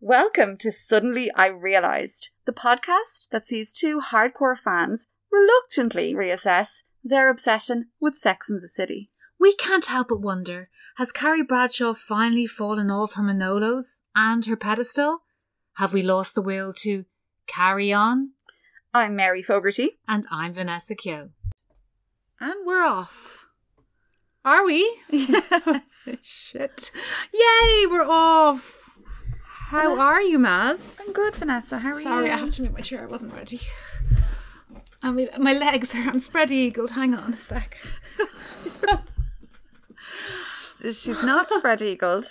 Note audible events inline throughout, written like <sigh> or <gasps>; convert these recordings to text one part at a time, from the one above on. Welcome to Suddenly I Realised, the podcast that sees two hardcore fans reluctantly reassess their obsession with Sex and the City. We can't help but wonder has Carrie Bradshaw finally fallen off her Manolos and her pedestal? Have we lost the will to carry on? I'm Mary Fogarty. And I'm Vanessa Keogh. And we're off. Are we? <laughs> Shit. Yay, we're off. How Vanessa- are you, Maz? I'm good, Vanessa. How are Sorry, you? I have to move my chair. I wasn't ready. I mean, my legs are. I'm spread eagled. Hang on a sec. <laughs> She's not spread eagled.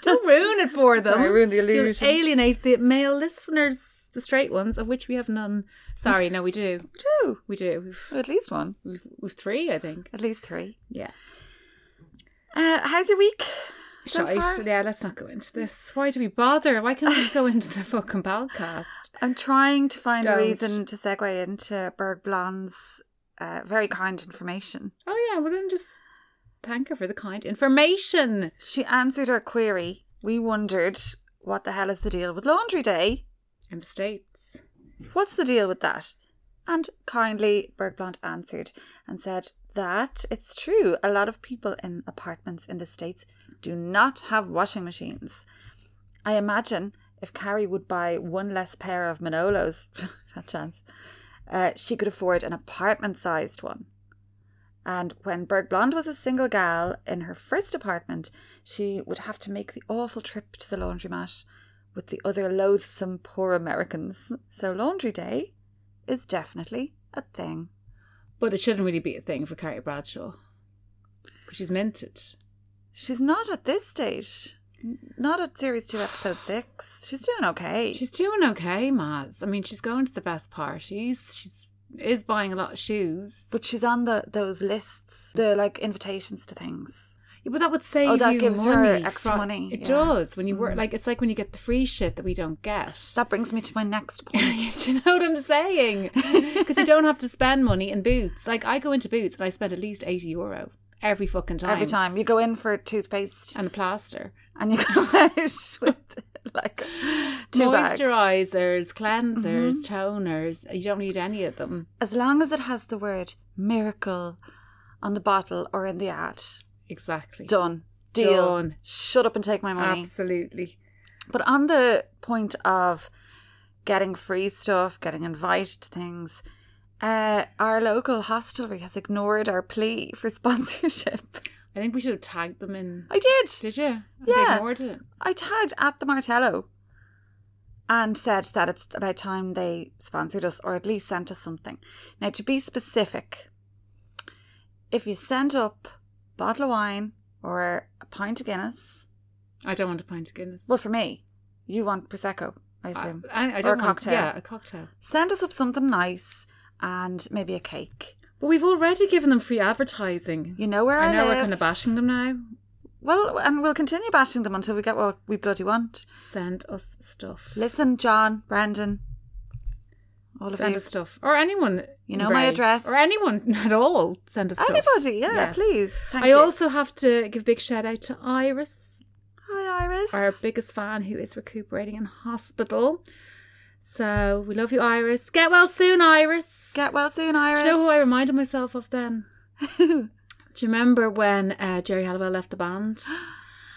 Don't ruin it <laughs> for them. Sorry, ruin the You'll illusion. alienate the male listeners, the straight ones, of which we have none. Sorry, no, we do. Two. We do. We've, Oh, At least one. we've, we've three, I think. At least three. Yeah. Uh, how's your week? So Shite. far- Yeah, let's not go into this. Why do we bother? Why can't we just go into <laughs> the fucking podcast? I'm trying to find a Don't. reason to segue into Berg Blonde's uh, very kind information. Oh, yeah, well, then just thank her for the kind information. She answered our query. We wondered what the hell is the deal with Laundry Day? In the States. What's the deal with that? And kindly, Bergblunt answered and said that it's true. A lot of people in apartments in the States do not have washing machines. I imagine if Carrie would buy one less pair of Manolos, <laughs> fat chance, uh, she could afford an apartment sized one. And when Bergblond was a single gal in her first apartment, she would have to make the awful trip to the laundromat with the other loathsome poor Americans. So laundry day is definitely a thing. But it shouldn't really be a thing for Carrie Bradshaw. Because she's minted. She's not at this stage. N- Not at series two, episode six. She's doing okay. She's doing okay, Maz. I mean, she's going to the best parties. She's is buying a lot of shoes. but she's on the those lists, the like invitations to things. Yeah, but that would save Oh, that you gives her money. extra fro- money, It yeah. Mm. does when you work. Like it's like when you get the free shit that we don't get. That brings me to my next point. <laughs> Do you know what <laughs> I'm saying? Because you don't have to spend money in Boots. Like I go into Boots and I spend at least eighty euro every fucking time. Uh, Every time you go in for toothpaste And a plaster, and you come <laughs> out with like two bags. Mm-hmm. moisturizers, cleansers, toners. You don't need any of them. As long as it has the word miracle on the bottle or in the ad, Exactly. done. Deal. Done. Shut up and take my money. Absolutely. But on the point of getting free stuff, getting invited to things, uh, our local hostelry has ignored our plea <laughs> for sponsorship. I think we should have tagged them in I did. Did you? And Yeah. They ignored it. I tagged at the Martello and said that it's about time they sponsored us or at least sent us something. Now, to be specific, if you send up a bottle of wine or a pint of Guinness, I don't want a pint of Guinness. well, for me, you want Prosecco, I assume. I, I or don't a want, cocktail. Yeah, a cocktail. Send us up something nice and maybe a cake. But we've already given them free advertising. You know where I, I know live. we're kind of bashing them now. well, and we'll continue bashing them until we get what we bloody want. Send us stuff. Listen, John, Brandon, all of Send you. us stuff. Or anyone. You know in my Bray. address. Or anyone <laughs> at all. Send us stuff. Anybody, yeah, please. Thank I you. also have to give a big shout out to Iris, Hi, Iris. our biggest fan who is recuperating in hospital. So we love you, Iris. Get well soon, Iris. Get well soon, Iris. Do you know who I reminded myself <laughs> of then? Do you remember when uh, Jerry Halliwell left the band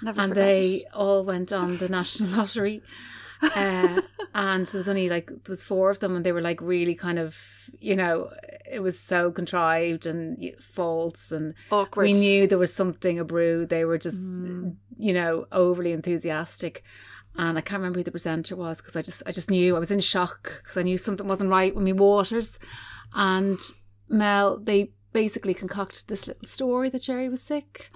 Never and forget they it. all went on the national <laughs> lottery? Uh, and there was only like there was four of them, and they were like really kind of you know it was so contrived and y- false, and awkward. we knew there was something abrew. They were just you know overly enthusiastic. And I can't remember who the presenter was because I just I just knew I was in shock because I knew something wasn't right with me waters, and Mel they basically concocted this little story that Jerry was sick,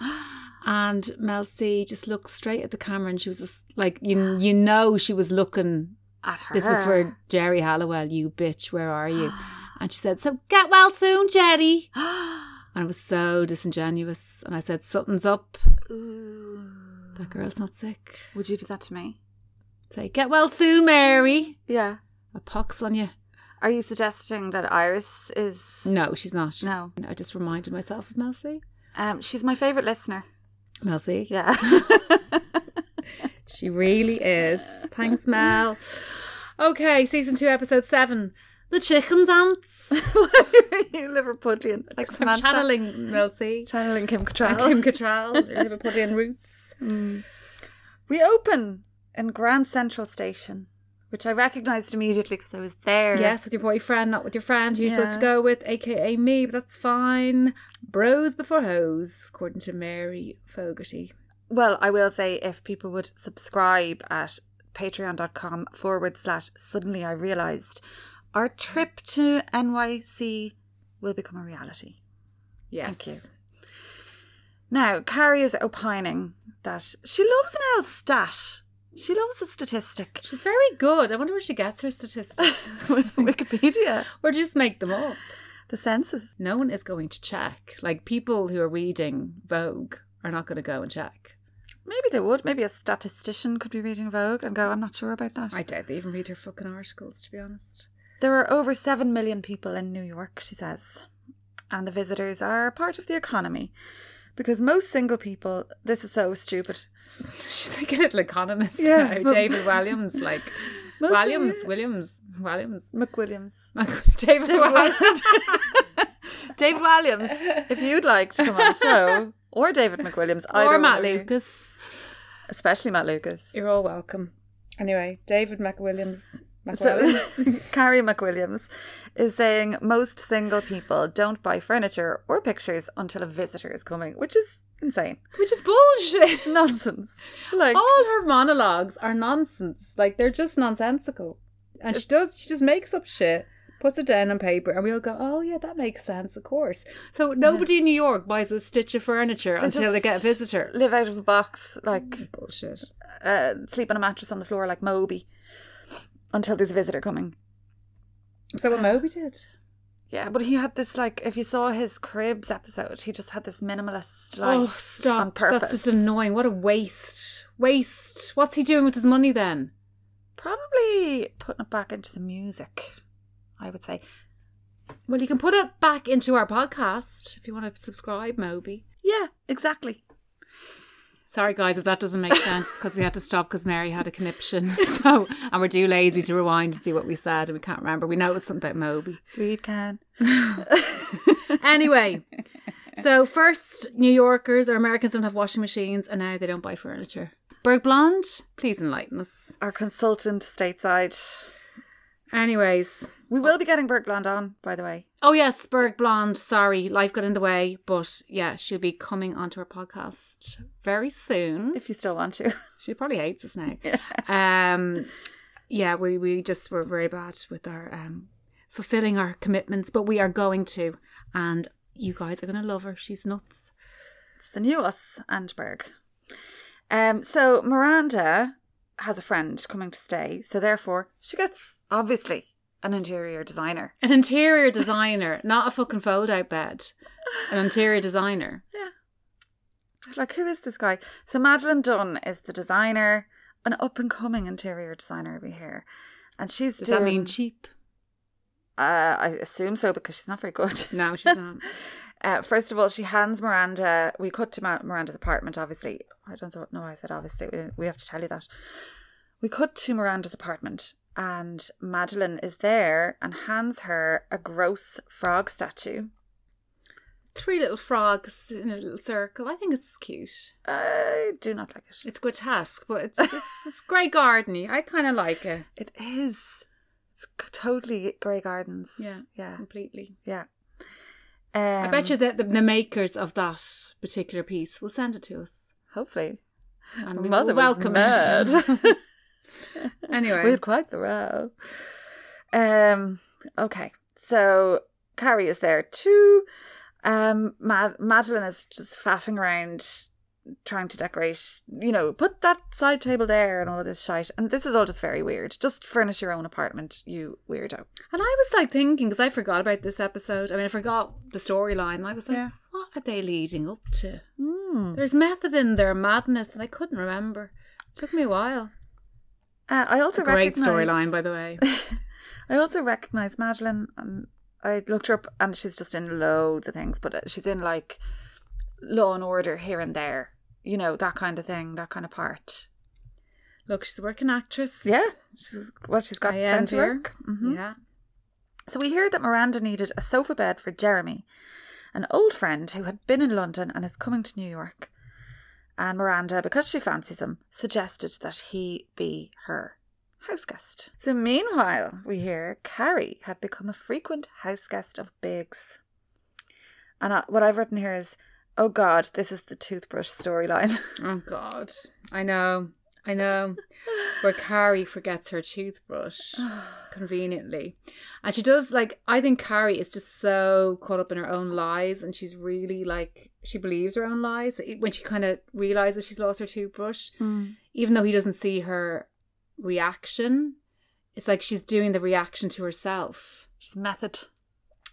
and Mel C just looked straight at the camera and she was just like you you know she was looking at her. this was Uh-huh. for Jerry Halliwell you bitch where <gasps> are you and she said so get well soon Jerry and it was so disingenuous and I said something's up Ooh. that girl's not sick Would you do that to me? say get well soon Mary Yeah. a pox on you Are you suggesting that Iris is? no she's not she's, No. I just reminded myself of Mel C <laughs> Um, she's my favorite listener. Mel C Yeah. She really <laughs> is. Thanks, Mel. Okay, season two, episode seven. The chicken <laughs> dance. you <laughs> Liverpudlian. Like I'm Samantha. channeling Mel C. Channeling Kim And Cattrall. Mm. Kim Cattrall, Liverpudlian roots. We open in Grand Central Station, which I recognised immediately because I was there. Yes, with your boyfriend, not with your friend who you're supposed to Yeah. go with, aka me, but that's fine. Bros before hoes, according to Mary Fogarty. Well, I will say if people would subscribe at patreon.com forward slash suddenly I realised, our trip to NYC will become a reality. Yes. Thank you. Now, Carrie is opining that she loves an L stat. She loves a statistic. <laughs> She's very good. I wonder where she gets her <laughs> statistics. Wikipedia. or just make them up. The census. No one is going to check. Like people who are reading Vogue are not going to go and check. Maybe they would. Maybe a statistician could be reading Vogue and go, I'm not sure about that. I doubt they even read her fucking articles, to be honest. There are over 7 million people in New York, she says. And the visitors are part of the economy. Because most single people, this is so stupid. <laughs> She's like an little economist Yeah, now. but- David Williams, <laughs> like Mostly- Williams, Williams, Williams. McWilliams. David David Williams. Williams. David Williams, if you'd like to come on the <laughs> show, or David McWilliams, either or one Matt of you. Lucas. especially Matt Lucas. You're all welcome. Anyway, <laughs> David McWilliams. So, <laughs> McWilliams. <laughs> Carrie McWilliams is saying most single people don't buy furniture or pictures until a visitor is coming, which is insane. <laughs> Which is bullshit. <laughs> Nonsense. Like, all her monologues are nonsense. Like they're just nonsensical. And she does she just makes up shit, puts it down on paper, and we all go, Oh yeah, that makes sense, of course. So nobody in New York buys a stitch of furniture until they get a just visitor. Mm. live out of a box, like Bullshit. uh, sleep on a mattress on the floor, like Moby, until there's a visitor coming. Is that what Moby did? Yeah, but he had this like if you saw his cribs episode, he just had this minimalist like Oh on stop. purpose. That's just annoying. What a waste. Waste. What's he doing with his money then? probably putting it back into the music. I would say. Well, you can put it back into our podcast if you want to subscribe, Moby. Yeah, exactly. Sorry, guys, if that doesn't make sense because we had to stop because Mary had a conniption. <laughs> So, and we're too lazy to rewind and see what we said, and we can't remember. We know it's something about Moby. Sweet can. <laughs> Anyway, so first, New Yorkers or Americans don't have washing machines, and now they don't buy furniture. Berg Blonde, please enlighten us. Our consultant stateside. Anyways, We will be getting Bert Blonde on, by the way. oh yes, Berg Blonde. Sorry, life got in the way, but yeah, she'll be coming onto our podcast very soon. If you still want to. <laughs> She probably hates us now. <laughs> Um, yeah, we, we just were very bad with our um, fulfilling our commitments, but we are going to, and you guys are going to love her. She's nuts. It's the new us, Andberg. Um, so Miranda has a friend coming to stay, so therefore she gets obviously an interior designer. An interior designer, not a fucking fold out bed. An interior designer. Like, who is this guy? So Madeline Dunn is the designer, an up and coming interior designer over here. And she's Does doing, that mean cheap? uh, I assume so because she's not very good. No, she's not. Uh, first of all, she hands Miranda. We cut to Ma- Miranda's apartment, obviously. I don't know why I said obviously. We, we have to tell you that. We cut to Miranda's apartment, and Madeline is there and hands her a gross frog statue. <laughs> Three little frogs in a little circle. I think it's cute. I do not like it. It's grotesque, but it's it's, it's grey gardening. I kind of like it. It is. It's c- totally Grey Gardens. Yeah, Yeah. completely. Yeah. Um, I bet you that the, the makers of that particular piece will send it to us, Hopefully. and we Mother will welcome was <laughs> it. mad. <laughs> anyway, We had quite the row. Um. Okay. So Carrie is there too. Um. Mad- Madeline is just faffing around, trying to decorate. You know, put that side table there and all of this shite. And this is all just very weird. Just furnish your own apartment, you weirdo. and I was like thinking because I forgot about this episode. I mean, I forgot the storyline. and I was like, Yeah. what are they leading up to? Hmm. There's method in their madness, and I couldn't remember. took me a while. Uh, I also Great recognise- storyline, by the way. <laughs> I also recognise Madeline. Um, I looked her up, and she's just in loads of things, but uh, she's in like Law and Order here and there, you know, that kind of thing, that kind of part. Look, she's a working actress. Yeah. She's, well, she's got I plenty envy of her. work. Mhm. Yeah. So we hear that Miranda needed a sofa bed for Jeremy, an old friend who had been in London and is coming to New York. And Miranda, because she fancies him, suggested that he be her house guest. So meanwhile, we hear Carrie had become a frequent house guest of Biggs. And I, what I've written here is, oh God, this is the toothbrush storyline. <laughs> Oh God. I know. I know. Where Carrie forgets her toothbrush conveniently. And she does like I think Carrie is just so caught up in her own lies and she's really like she believes her own lies. When she kind of realizes she's lost her toothbrush, even though he doesn't see her reaction, it's like she's doing the reaction to herself She's method.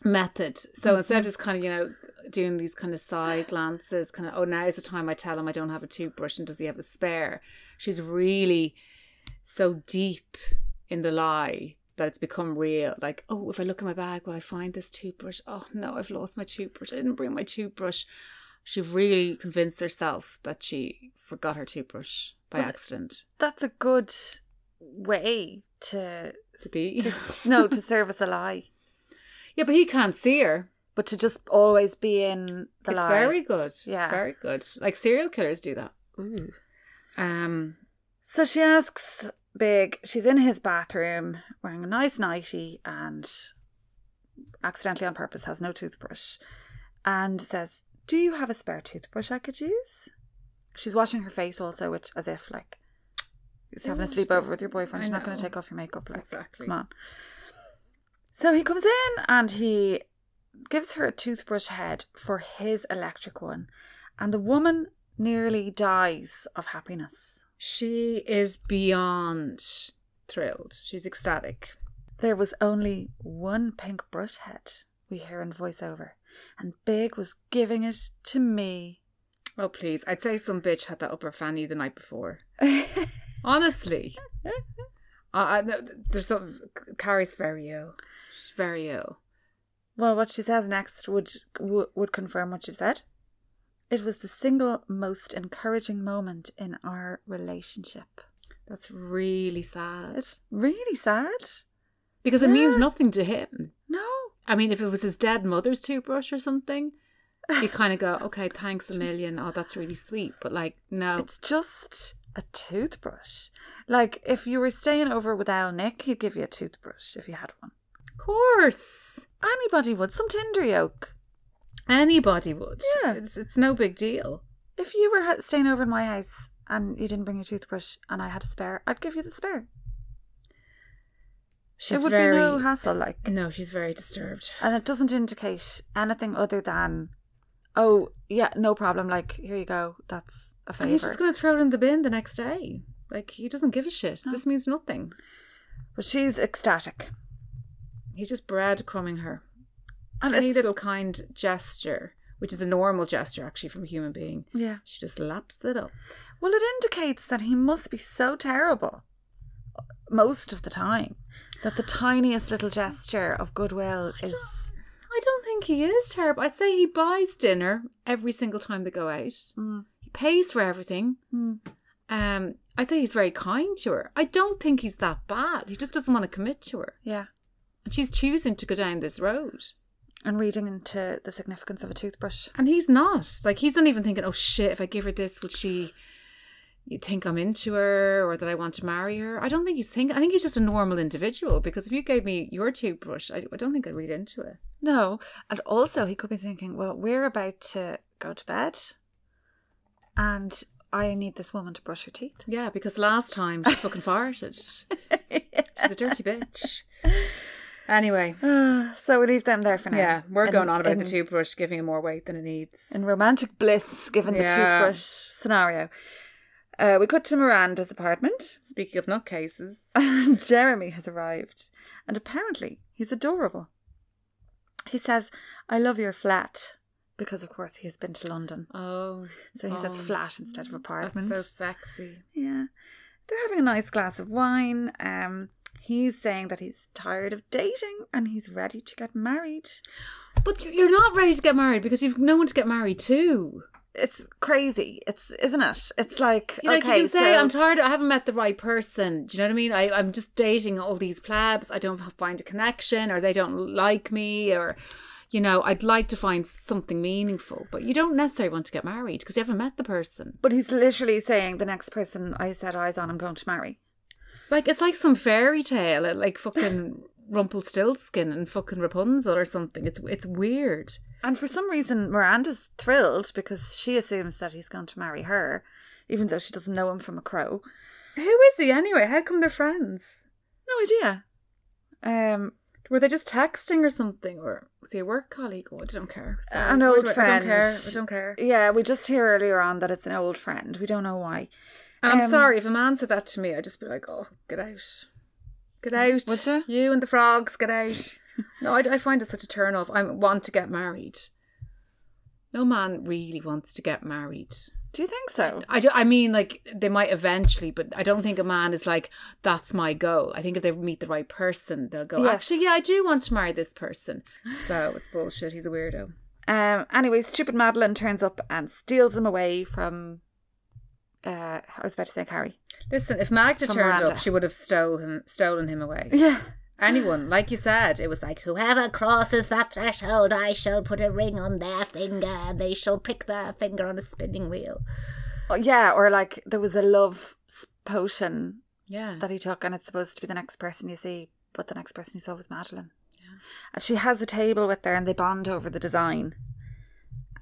method. So Mm-hmm. instead of just kind of, you know, doing these kind of side glances, kind of, oh, now's the time I tell him I don't have a toothbrush and does he have a spare? She's really so deep in the lie that it's become real. Like, oh, if I look in my bag, will I find this toothbrush? Oh, no, I've lost my toothbrush. I didn't bring my toothbrush. She really convinced herself that she forgot her toothbrush by Was it- accident. That's a good way to, To be. <laughs> to no to service a lie. yeah, but he can't see her. but to just always be in the it's lie. very good. Yeah. It's very good. Like serial killers do that. Um, So she asks Big, she's in his bathroom wearing a nice nightie and accidentally on purpose has no toothbrush and says, Do you have a spare toothbrush I could use? She's washing her face also, which as if like she's having a Yeah, she's sleepover not- with your boyfriend. I She's not going to know. take off your makeup. Like, Exactly. Come on. So he comes in and he gives her a toothbrush head for his electric one, and the woman nearly dies of happiness. she is beyond thrilled. She's ecstatic. There was only one pink brush head, we hear in voiceover, and Big was giving it to me. <laughs> Oh please! I'd say some bitch had that upper fanny the night before. <laughs> Honestly, I, I, there's some. Carrie's very ill. She's very ill. Well, what she says next would w- would confirm what you've said. It was the single most encouraging moment in our relationship. That's really sad It's really sad. because it means Yeah. nothing to him. No, I mean, if it was his dead mother's toothbrush or something, <laughs> you kind of go, "Okay, thanks a million. Oh, that's really sweet." But like, no, It's just a toothbrush. Like if you were staying over with Al Nick, he'd give you a toothbrush if you had one. of course. Anybody would. Some Tinder yolk. Anybody would. Yeah. It's, it's no big deal. If you were ha- staying over in my house and you didn't bring your toothbrush and I had a spare, I'd give you the spare. She's it would very be no hassle, like. No, she's very disturbed. And it doesn't indicate anything other than, oh yeah, no problem. Like here you go. That's a And he's favor. just going to throw it in the bin the next day. Like he doesn't give a shit. No. This means nothing. But she's ecstatic. He's just breadcrumbing her. And Any it's- little kind gesture, which is a normal gesture actually from a human being, yeah. she just laps it up. Well, it indicates that he must be so terrible most of the time that the tiniest little gesture of goodwill is. I don't think he is terrible. I'd say he buys dinner every single time they go out. Mm, He pays for everything. mm. Um, I'd say he's very kind to her. I don't think he's that bad. He just doesn't want to commit to her. Yeah. And she's choosing to go down this road. And reading into the significance of a toothbrush. And he's not. Like, he's not even thinking, oh shit, if I give her this, will she you think I'm into her or that I want to marry her? I don't think he's thinking. I think he's just a normal individual because if you gave me your toothbrush, I, I don't think I'd read into it. No. And also, he could be thinking, well, we're about to go to bed and I need this woman to brush her teeth. Yeah, because last time she fucking farted. She's a dirty bitch. Anyway. <sighs> so we leave them there for now. Yeah, we're In- going on about in- the toothbrush giving it more weight than it needs. in romantic bliss, given the Yeah. toothbrush scenario. Uh, we cut to Miranda's apartment. <laughs> Speaking of nutcases. And Jeremy has arrived, and apparently he's adorable. He says, I love your flat, because of course he has been to London. Oh. So he says oh, flat instead of apartment. That's so sexy. yeah. They're having a nice glass of wine. Um, he's saying that he's tired of dating and he's ready to get married. But you- you're not ready to get married because you've no one to get married to. it's crazy. It's isn't it? It's like You know, like okay, you can say so I'm tired. I haven't met the right person. Do you know what I mean? I, I'm just dating all these plebs. I don't find a connection, or they don't like me, or you know, I'd like to find something meaningful. But you don't necessarily want to get married because you haven't met the person. but he's literally saying the next person I set eyes on, I'm going to marry. Like it's like some fairy tale, uh, like fucking Rumpelstiltskin and fucking Rapunzel or something. It's it's weird. And for some reason, Miranda's thrilled because she assumes that he's going to marry her, even though she doesn't know him from a crow. Who is he anyway? How come they're friends? No idea. Um, Were they just texting or something, or was he a work colleague? Oh, I don't care. Sorry. an old I don't- friend. I don't care. I don't care. Yeah, we just hear earlier on that it's an old friend. We don't know why. And I'm Um, sorry if a man said that to me, I'd just be like, "Oh, get out, get out, Mm, Would you? You and the frogs, get out." <laughs> no, I, I find it such a turn off. I want to get married. No man really wants to get married. Do you think so? I, do, I mean, like they might eventually, but I don't think a man is like that's my goal. I think if they meet the right person, they'll go. Yes. Actually, yeah, I do want to marry this person. So it's bullshit. He's a weirdo. Um. Anyway, stupid Madeline turns up and steals him away from. Uh, I was about to say Harry. Listen, if Magda From turned Miranda. up, she would have stolen stolen him away. Yeah. anyone. Like you said, it was like whoever crosses that threshold, I shall put a ring on their finger, and they shall prick their finger on a spinning wheel. Oh, yeah. Or like there was a love s- potion Yeah, that he took, and it's supposed to be the next person you see, but the next person you saw was Madeline. And she has a table with her, and they bond over the design.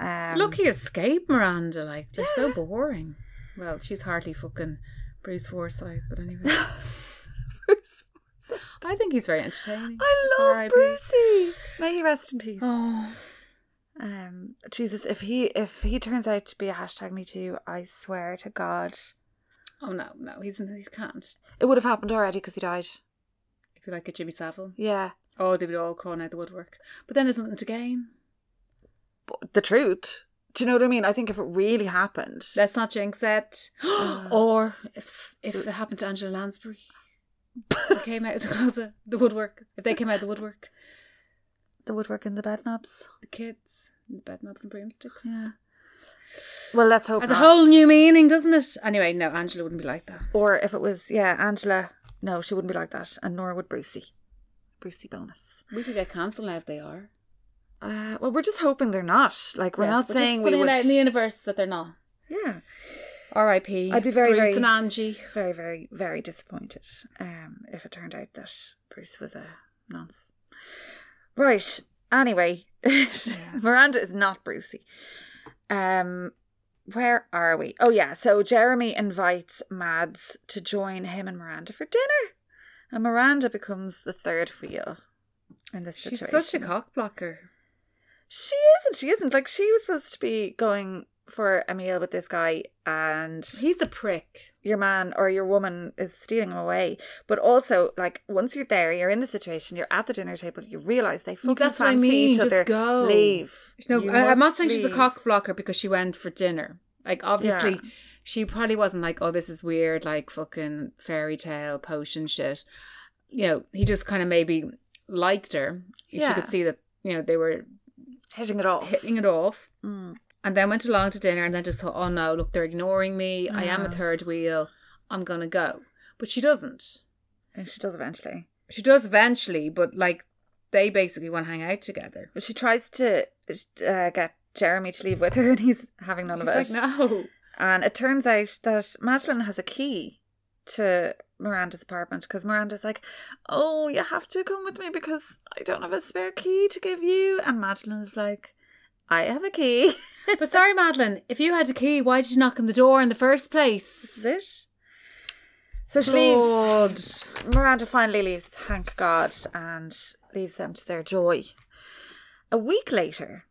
Um, lucky escape, Miranda. Like they're so boring. Well, she's hardly fucking Bruce Forsyth, <laughs> but anyway, Bruce. I think he's very entertaining. <laughs> I love R.I.P.. Brucey. May he rest in peace. Oh, Um, Jesus, if he if he turns out to be a hashtag Me Too, I swear to God, oh no, no, he's he's can't. it would have happened already because he died. If you like a Jimmy Savile, Yeah, oh, they would all crawl out the woodwork. But then there's nothing to gain. but the truth. Do you know what I mean? I think if it really happened, Let's not jinx <gasps> it. or if s- if it happened to Angela Lansbury, <laughs> they came out of the closet, the woodwork. If they came out of the woodwork, the woodwork and the bed knobs. the kids, the bed knobs and broomsticks. Yeah. Well, let's hope Has a not. whole new meaning, doesn't it? Anyway, no, Angela wouldn't be like that. Or if it was, yeah, Angela. No, she wouldn't be like that, and nor would Brucey. Brucey bonus. We could get cancelled now if they are. Uh, well, we're just hoping they're not. Like we're Yes, not we're just saying we putting would. it out in the universe that they're not. yeah, R.I.P. I'd be very, Bruce very- and Angie. very, very, very disappointed um, if it turned out that Bruce was a nonce. Right. Anyway, <laughs> Miranda is not Brucey. Um, where are we? Oh yeah. So Jeremy invites Mads to join him and Miranda for dinner, and Miranda becomes the third wheel in this She's situation. such a cock blocker. She isn't. She isn't. Like she was supposed to be going for a meal with this guy, and He's a prick. your man or your woman is stealing him away. But also, like once you're there, you're in the situation, you're at the dinner table, you realise they fucking That's what I fancy mean, each just other. go. Leave. No, You I, I'm not must saying she's a leave. cock blocker because she went for dinner. Like obviously, Yeah. she probably wasn't like, oh, this is weird, like fucking fairy tale potion shit. You know, he just kind of maybe liked her. If She Yeah. could see that you know they were hitting it off. hitting it off, Mm. and then went along to dinner, and then just thought, oh no, look, they're ignoring me. I am a Mhm. third wheel. I'm gonna go, but she doesn't. And she does eventually. She does eventually, but like they basically want to hang out together. But she tries to uh, get Jeremy to leave with her, and he's having none of it. He's like, no. And it turns out that Madeline has a key to Miranda's apartment because Miranda's like, Oh, you have to come with me because I don't have a spare key to give you. And Madeline's like, I have a key. <laughs> <laughs> But sorry, Madeline, if you had a key, why did you knock on the door in the first place? Is it? So she God. leaves. Miranda finally leaves, thank God, and leaves them to their joy. A week later,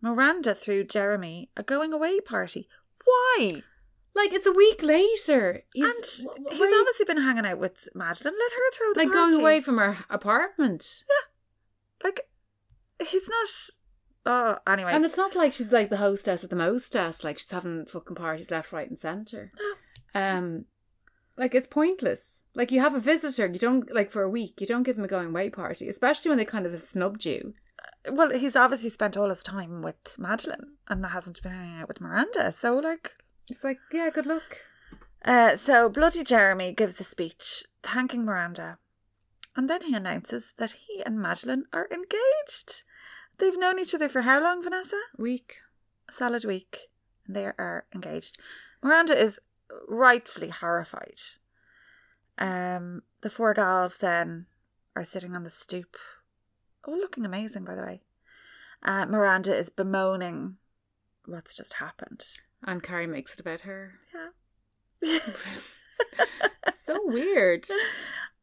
Miranda threw Jeremy a going away party. Why? Like it's a week later. He's, and wh- wh- he's why- obviously been hanging out with Madeline. Let her throw the like party. going away from her apartment. Like he's not. Oh, anyway. And it's not like she's like the hostess at the mostess. Like she's having fucking parties left, right, <gasps> and centre. Um, like it's pointless. Like you have a visitor, you don't like for a week. You don't give them a going away party, especially when they kind of have snubbed you. well, he's obviously spent all his time with Madeline and hasn't been hanging out with Miranda. So, like, It's like, yeah, good luck. uh, so bloody Jeremy gives a speech thanking Miranda, and then he announces that he and Madeline are engaged. They've known each other for how long, Vanessa? Week. A solid week, and they are engaged. Miranda is rightfully horrified. Um, the four gals then are sitting on the stoop, all looking amazing, by the way. Uh, Miranda is bemoaning what's just happened. And Carrie makes it about her. Yeah. So <laughs> weird.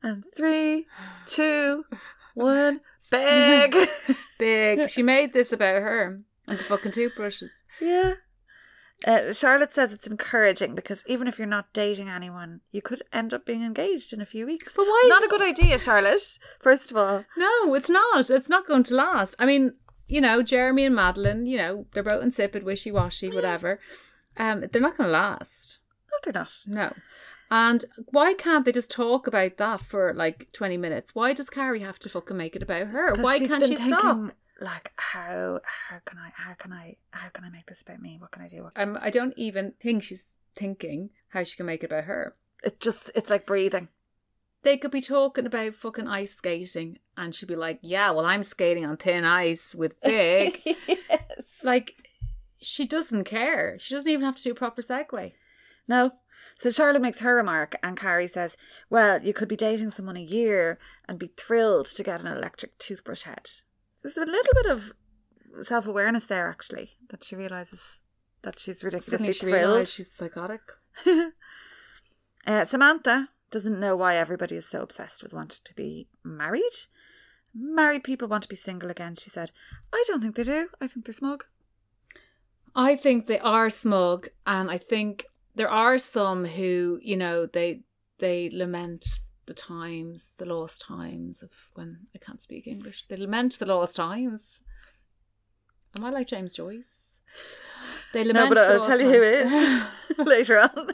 and three, two, one, big. Big. She made this about her and the fucking toothbrushes. yeah. Uh, Charlotte says it's encouraging because even if you're not dating anyone, you could end up being engaged in a few weeks. But why? Not a good idea, Charlotte. First of all, No, it's not. It's not going to last. I mean, you know, Jeremy and Madeline, you know, they're both insipid, wishy washy, whatever. Um, they're not going to last. no, they're not. No. And why can't they just talk about that for like 20 minutes? Why does Carrie have to fucking make it about her? 'Cause Why she's can't been she stop? thinking, Like how how can I how can I how can I make this about me? What can I do? Um, I don't even think she's thinking how she can make it about her. It just it's like <laughs> breathing. They could be talking about fucking ice skating and she'd be like, yeah, well, I'm skating on thin <laughs> ice with Big. like, she doesn't care. She doesn't even have to do a proper segue. No. So Charlotte makes her remark, and Carrie says, Well, you could be dating someone a year and be thrilled to get an electric toothbrush head. There's a little bit of self awareness there, actually, that she realises that she's ridiculously Suddenly she thrilled. realised she's psychotic. <laughs> Uh, Samantha doesn't know why everybody is so obsessed with wanting to be married. Married people want to be single again, she said. I don't think they do. I think they're smug. I think they are smug, and I think there are some who, you know, they they lament the times, the lost times of when I can't speak English. They lament the lost times. Am I like James Joyce? They No, but lament. the I'll lost tell you who <laughs> times. is later on.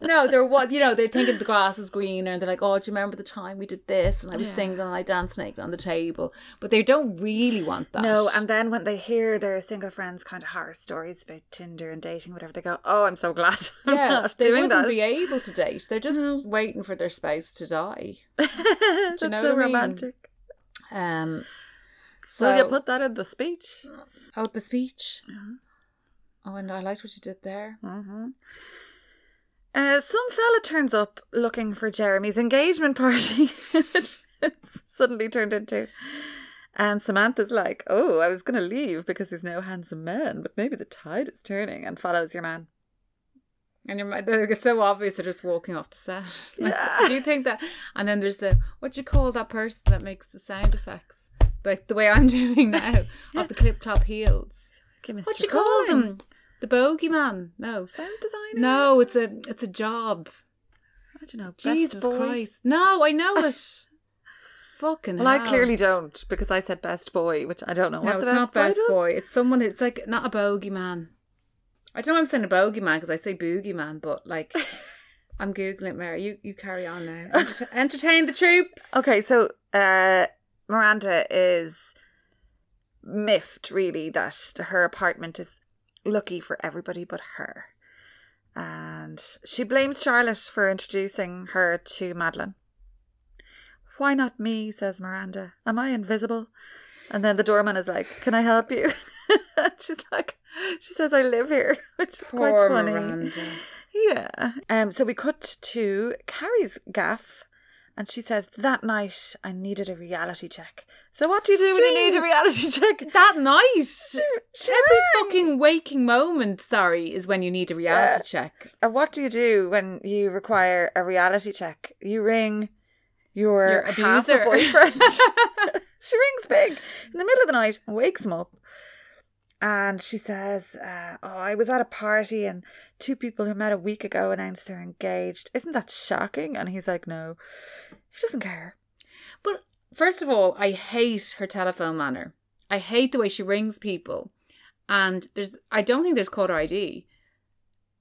no, they're what you know. They think the grass is greener, and they're like, "Oh, do you remember the time we did this? And I was Yeah. single, and I danced naked on the table." But they don't really want that. No, and then when they hear their single friends' kind of horror stories about Tinder and dating, whatever, they go, "Oh, I'm so glad <laughs> I'm not they doing wouldn't that." <laughs> be able to date. They're just waiting for their spouse to die. That's know so what I mean? romantic. Um, So so Will you put that in the speech? oh, the speech. Uh-huh. Oh, and I liked what you did there. hmm Uh, some fella turns up looking for Jeremy's engagement party. <laughs> it's suddenly turned into. And Samantha's like, oh, I was going to leave because there's no handsome man, but maybe the tide is turning and follows your man. And your mi- it's so obvious they're just walking off the set. <laughs> Like, Yeah. Do you think that? And then there's the what do you call that person that makes the sound effects, like the way I'm <laughs> doing now of the clip clop heels. Okay, Mr. What do you call Coyne. them? The bogeyman? No, Sound designer? no, it's a it's a job. I don't know. Jesus Christ! No, I know <laughs> it. Fucking Well, hell. I clearly don't because I said best boy, which I don't know No, what it's the best not boy best does. boy. It's someone. It's like not a bogeyman. I don't know. Why I'm saying a bogeyman because I say boogeyman, but <laughs> like I'm googling it, Mary. You you carry on now. Enter- entertain the troops. <laughs> Okay, so uh, Miranda is miffed, really, that her apartment is lucky for everybody but her. And she blames Charlotte for introducing her to Madeline. Why not me? says Miranda. Am I invisible? And then the doorman is like, Can I help you? <laughs> She's like, She says, I live here, <laughs> which is Poor quite funny. Miranda. Yeah. Um. So we cut to Carrie's gaff, and she says that night I needed a reality check. So what do you do when you Dream. need a reality <laughs> check? That night, she every rang. fucking waking moment, sorry, is when you need a reality check. And what do you do when you require a reality check? You ring your, Your half a abuser. <laughs> boyfriend. <laughs> she rings big in the middle of the night and wakes him up. And she says, uh, Oh, I was at a party and two people who met a week ago announced they're engaged. Isn't that shocking? And he's like, No, he doesn't care. But first of all, I hate her telephone manner. I hate the way she rings people. And there's, I don't think there's caller ID.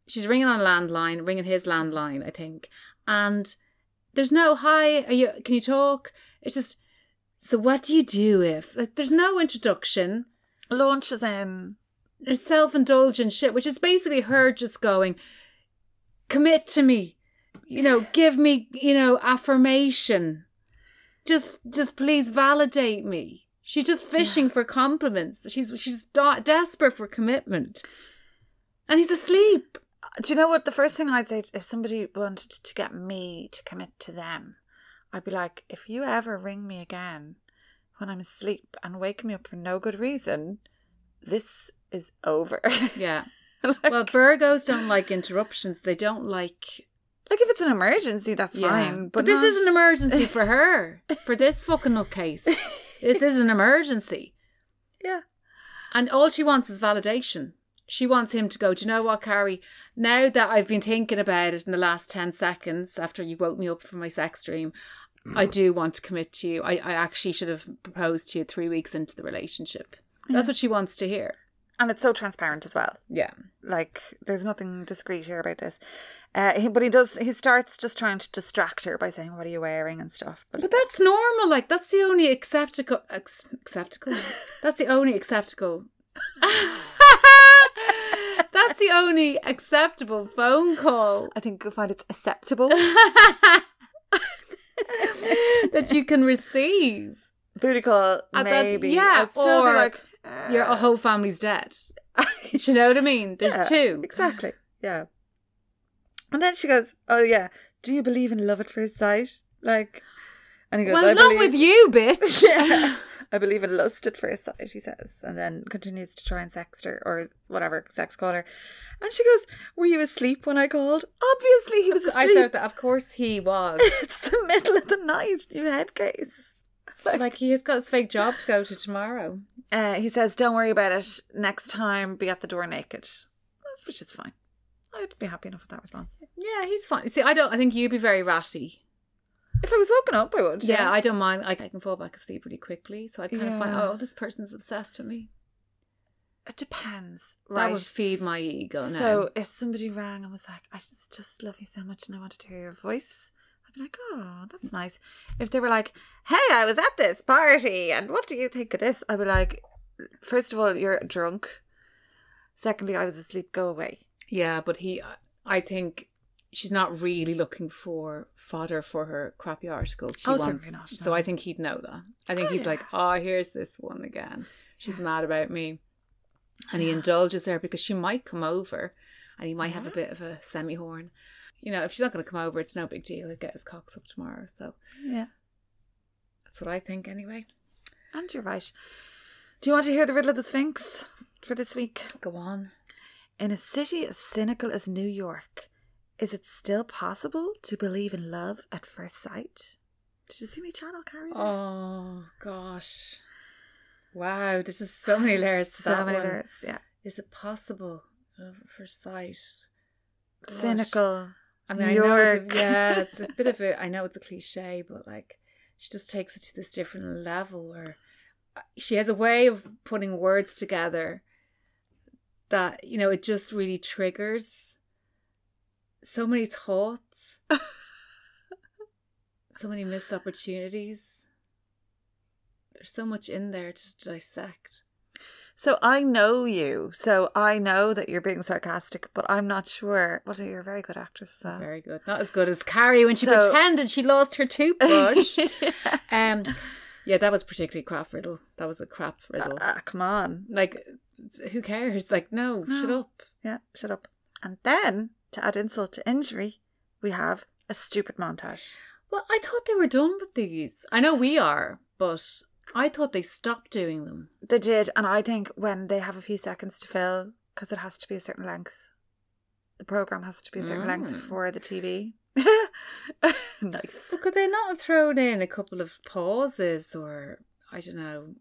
She's ringing on a landline, ringing his landline, I think. And there's no hi. Are you? Can you talk? It's just So what do you do if like there's no introduction? Launches in. There's self indulgent shit, which is basically her just going, commit to me, you know, give me, you know, affirmation. Just, just please validate me. She's just fishing for compliments. She's she's da- desperate for commitment, and he's asleep. Do you know what? The first thing I'd say t- if somebody wanted to get me to commit to them, I'd be like, if you ever ring me again when I'm asleep and wake me up for no good reason, this is over. <laughs> Yeah. like, Well, Virgos don't like interruptions. They don't like like if it's an emergency, that's Yeah. fine. But, But, this not- is an emergency <laughs> for her. For this fucking nutcase. this is an emergency. Yeah. And all she wants is validation. She wants him to go, Do you know what, Carrie? Now that I've been thinking about it in the last 10 seconds after you woke me up from my sex dream, I do want to commit to you. I, I actually should have proposed to you three weeks into the relationship. That's what she wants to hear. And it's so transparent as well. Yeah. Like there's nothing discreet here about this. Uh, he, but he does. He starts just trying to distract her by saying, "What are you wearing?" and stuff. But that's normal. Like, that's the only acceptable. Ex- acceptable? that's the only acceptable. <laughs> that's the only acceptable phone call I think you'll find it's <laughs> acceptable. <laughs> that you can receive. Booty call, And that- maybe. yeah, I'd still be or like, uh, <laughs> Your whole family's dead. Do you know what I mean? There's Yeah, two. Exactly. Yeah. And then she goes, "Oh yeah, do you believe in love at first sight?" Like, and he goes, Well, "I not believe, with you, bitch. <laughs> <laughs> I believe in lust at first sight." She says, and then continues to try and sext her or whatever sex call her. And she goes, "Were you asleep when I called?" Obviously, he was asleep. I thought that, of course, he was. <laughs> it's the middle of the night. You head case. Like, he has got his fake job to go to tomorrow. Uh, he says, "Don't worry about it. Next time, be at the door naked," That's- which is fine. I'd be happy enough with that response. Yeah, he's fine. See, I don't. I think you'd be very ratty. If I was woken up, I would. Yeah, I don't mind. I, I can fall back asleep really quickly, so I kind of find, Yeah. oh, this person's obsessed with me. it depends, That right? would feed my ego now. so if somebody rang and was like, "I just just love you so much and I wanted to hear your voice," I'd be like, "Oh, that's nice." If they were like, "Hey, I was at this party and what do you think of this?" I'd be like, first of all, you're drunk. Secondly, I was asleep. Go away." yeah, but he, I think she's not really looking for fodder for her crappy article. She Oh, wants, certainly not, So no. I think he'd know that. I think Oh, he's yeah. like, oh, here's this one again. She's mad about me, and he Yeah. indulges her because she might come over, and he might have a Mhm. bit of a semi horn. You know, if she's not going to come over, it's no big deal. He'll get his cocks up tomorrow. So Yeah, that's what I think, anyway. and you're right. Do you want to hear the riddle of the Sphinx for this week? Go on. In a city as cynical as New York, is it still possible to believe in love at first sight? Did you see me channel Carrie? there? Oh gosh. Wow, there's just so many layers to so that many one. layers, yeah. Is it possible uh, for sight? Gosh. Cynical. I mean, I know it's York. a, yeah, it's a bit of <laughs> a. I know it's a cliche, but like, she just takes it to this different level where uh, she has a way of putting words together that you know it just really triggers so <laughs> many thoughts, so many missed opportunities. There's so much in there to dissect. So I know you, so I know that you're being sarcastic, but I'm not sure. Well, you're a very good actress as well. Very good. Not as good as Carrie when she So- pretended she lost <laughs> her toothbrush. Yeah. um, yeah, that was particularly crap riddle. That was a crap riddle. Ah, come on. Like, who cares? Like, no, No. shut up. Yeah, shut up. And then, to add insult to injury, we have a stupid montage. Well, I thought they were done with these. I know we are, but I thought they stopped doing them. They did, and I think when they have a few seconds to fill, because it has to be a certain length, the program has to be a certain length Mm. for the <laughs> TV. nice. So could they not have thrown in a couple of pauses or I don't know?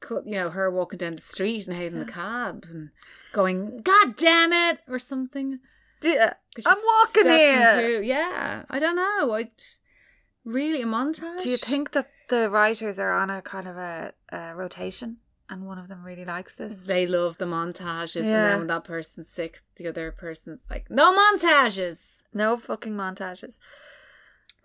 Cut, you know, her walking down the street and hailing the cab and going, "God damn it!" or something. Yeah, 'Cause I'm she's walking stepping here. through- Yeah, I don't know. I really a montage. Do you think that the writers are on a kind of a, a rotation, and one of them really likes this? they love the montages? And Yeah. then when that person's sick, the other person's like, "No montages." No fucking montages.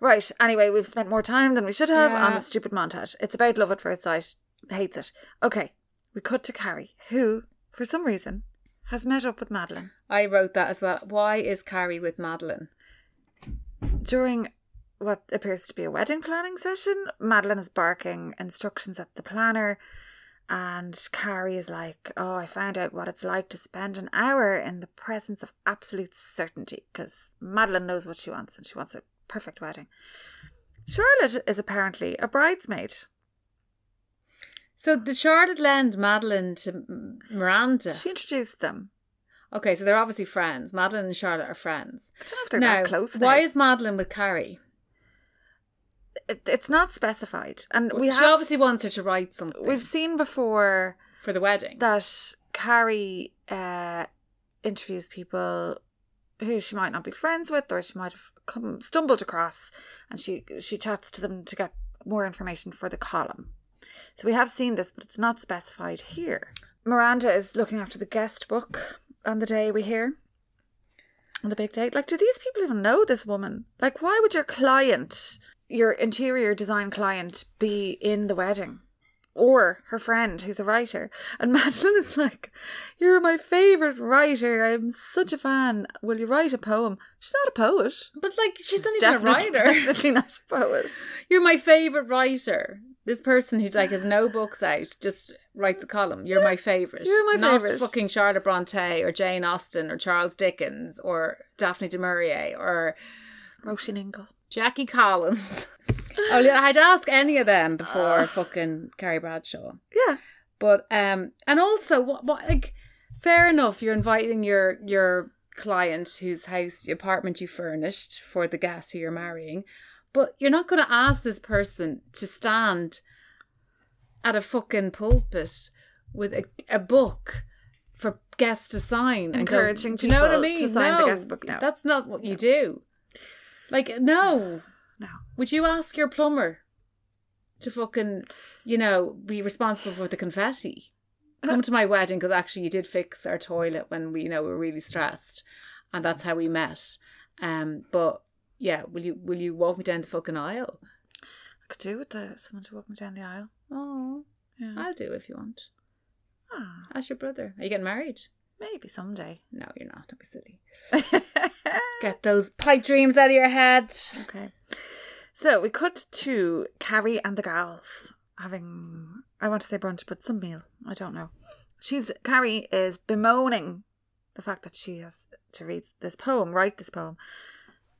Right. Anyway, we've spent more time than we should have on Yeah. a stupid montage. It's about love at first sight. Hates it. Okay. We cut to Carrie, who, for some reason, has met up with Madeline I wrote that as well. Why is Carrie with Madeline? during what appears to be a wedding planning session. Madeline is barking instructions at the planner, and Carrie is like, "Oh, I found out what it's like to spend an hour in the presence of absolute certainty because Madeline knows what she wants and she wants a perfect wedding." Charlotte is apparently a bridesmaid. So did Charlotte lend Madeline to M- Miranda? She introduced them. okay, so they're obviously friends. Madeline and Charlotte are friends. I don't know if they're now, that close. now. why is Madeline with Carrie? it, it's not specified, and we she have obviously wants her to write something we've seen before for the wedding. that Carrie uh, interviews people who she might not be friends with, or she might have come stumbled across, and she she chats to them to get more information for the column. So we have seen this, but it's not specified here. Miranda is looking after the guest book on the day we hear on the big date. Like, do these people even know this woman? Like, why would your client, your interior design client, be in the wedding? Or her friend, who's a writer. And <laughs> Madeline is like, You're my favourite writer. I'm such a fan. Will you write a poem? She's not a poet. but like, she's not <laughs> even Definitely, a writer. definitely not a poet. You're my favorite writer. This person who like has no books out just writes a column. You're my favorite. You're my Not favourite. fucking Charlotte Bronte or Jane Austen or Charles Dickens or Daphne du Maurier or Roisin Ingle. <laughs> Jackie Collins. oh, yeah, I'd ask any of them before fucking Carrie Bradshaw. Yeah. But um, and also what what like, fair enough. You're inviting your your client whose house apartment you furnished for the guest who you're marrying, but you're not going to ask this person to stand at a fucking pulpit with a, a book for guests to sign and go, Encouraging Do you know what I people mean? to sign the No, guest book now. That's not what you do. Like no. No. Would you ask your plumber to fucking, you know, be responsible for the confetti? Come to my wedding because actually you did fix our toilet when we, you know, we were really stressed, and that's how we met. Um, but yeah, will you will you walk me down the fucking aisle? I could do with the, someone to walk me down the aisle. Oh, Yeah. I'll do if you want. Ah, Ask your brother. Are you getting married? maybe <laughs> someday. No, you're not. Don't be silly. okay. Get those pipe dreams out of your head. So we cut to Carrie and the gals having, I want to say brunch, but some meal. I don't know. She's, Carrie is bemoaning the fact that she has to read this poem, write this poem.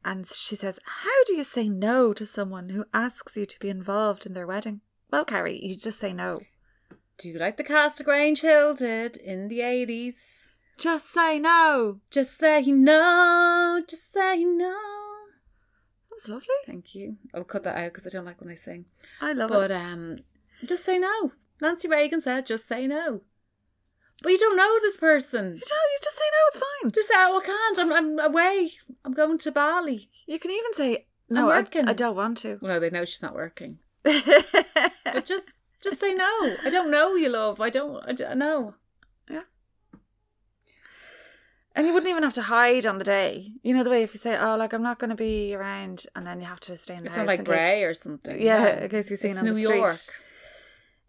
And she says, How do you say no to someone who asks you to be involved in their wedding? Well, Carrie, you just say no. Do you like the cast of Grange Hill did in the eighties? Just say no. Just say no, just say no. That was lovely. Thank you. I'll cut that out because I don't like when I sing. I love it. But um, just say no. Nancy Reagan said, just say no. But you don't know this person. You, don't, you just say no, it's fine. Just say, oh, I can't. I'm, I'm away. I'm going to Bali. You can even say, I'm No, I, working." I don't want to. Well, no, they know she's not working. <laughs> But just, just say no. I don't know you, love. I don't. I don't know. And you wouldn't even have to hide on the day. You know the way if you say, "Oh, like I'm not going to be around," and then you have to stay in the It's house. not like in case- Grey or something. Yeah, No. in case you're seen It's on New the street. York.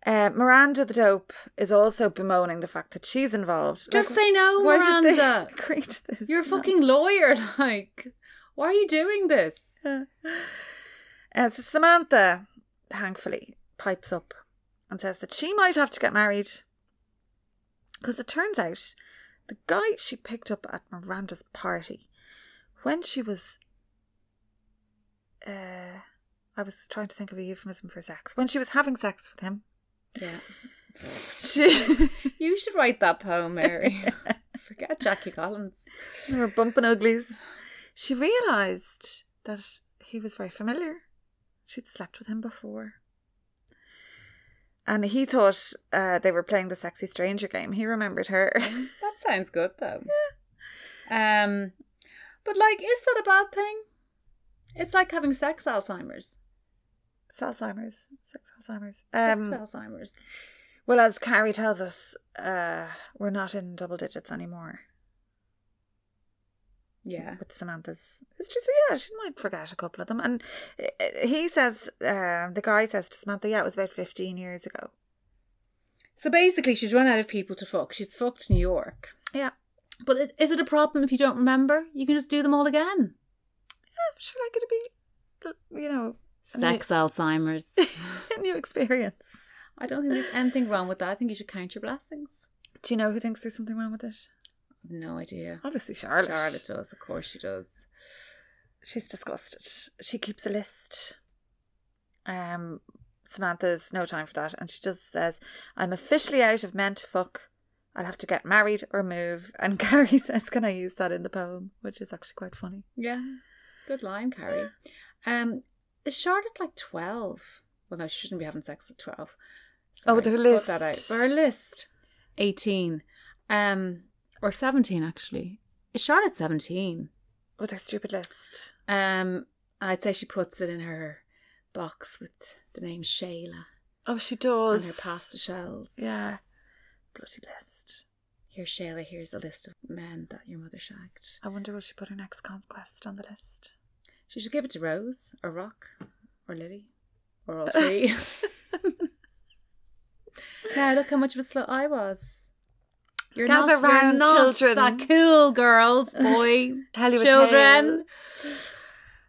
Uh, Miranda the dope is also bemoaning the fact that she's involved. Just Like, say no, why should Miranda. <laughs> they agree to this? You're a No. fucking lawyer. <laughs> Like, why are you doing this? Uh, so Samantha, thankfully, pipes up and says that she might have to get married because it turns out the guy she picked up at Miranda's party when she was. Uh, I was trying to think of a euphemism for sex. When she was having sex with him, <laughs> Yeah. she You should write that <laughs> poem, Mary. Forget Jackie Collins. they were bumping uglies. She realised that he was very familiar. She'd slept with him before. And he thought uh, they were playing the sexy stranger game. He remembered her. That sounds good though. Um but like is that a bad thing? It's like having sex Alzheimer's. It's Alzheimer's. <laughs> Sex Alzheimer's. Sex Um, Alzheimer's. well, as Carrie tells us, uh, we're not in double digits anymore. Yeah. with Samantha's. It's just yeah, she might forget a couple of them. And uh, he says, uh, the guy says to Samantha, yeah, it was about fifteen years ago. So basically, she's run out of people to fuck. She's fucked New York. Yeah. But it, is it a problem if you don't remember? You can just do them all again. Yeah, sure, like it'll be, you know, Sex <laughs> Alzheimer's. a new experience. I don't think there's anything wrong with that. I think you should count your blessings. Do you know who thinks there's something wrong with it? No idea. Obviously, Charlotte. Charlotte does, of course she does. She's disgusted. She keeps a list. Um, Samantha's no time for that, and she just says, "I'm officially out of men to fuck. I'll have to get married or move." <laughs> And Carrie says, "Can I use that in the poem?" Which is actually quite funny. Yeah. Good line, Carrie. Um, is Charlotte like 12? Well, no, she shouldn't be having sex at 12. Oh, with her Put that out. list. For her list. 18. Um, or 17, actually. Is Charlotte 17? With her stupid list. Um, I'd say she puts it in her box with the name Shayla Oh, she and does. her pasta shells. Yeah. Bloody list. Here, Shayla, here's a list of men that your mother shagged. I wonder will she put her next conquest on the list? She should give it to Rose or Rock or Lily <laughs> or all three. <laughs> now look how much of a slut I was. You're Gather not, you're round, not children. that <laughs> cool, girls, boy, Tell you a children.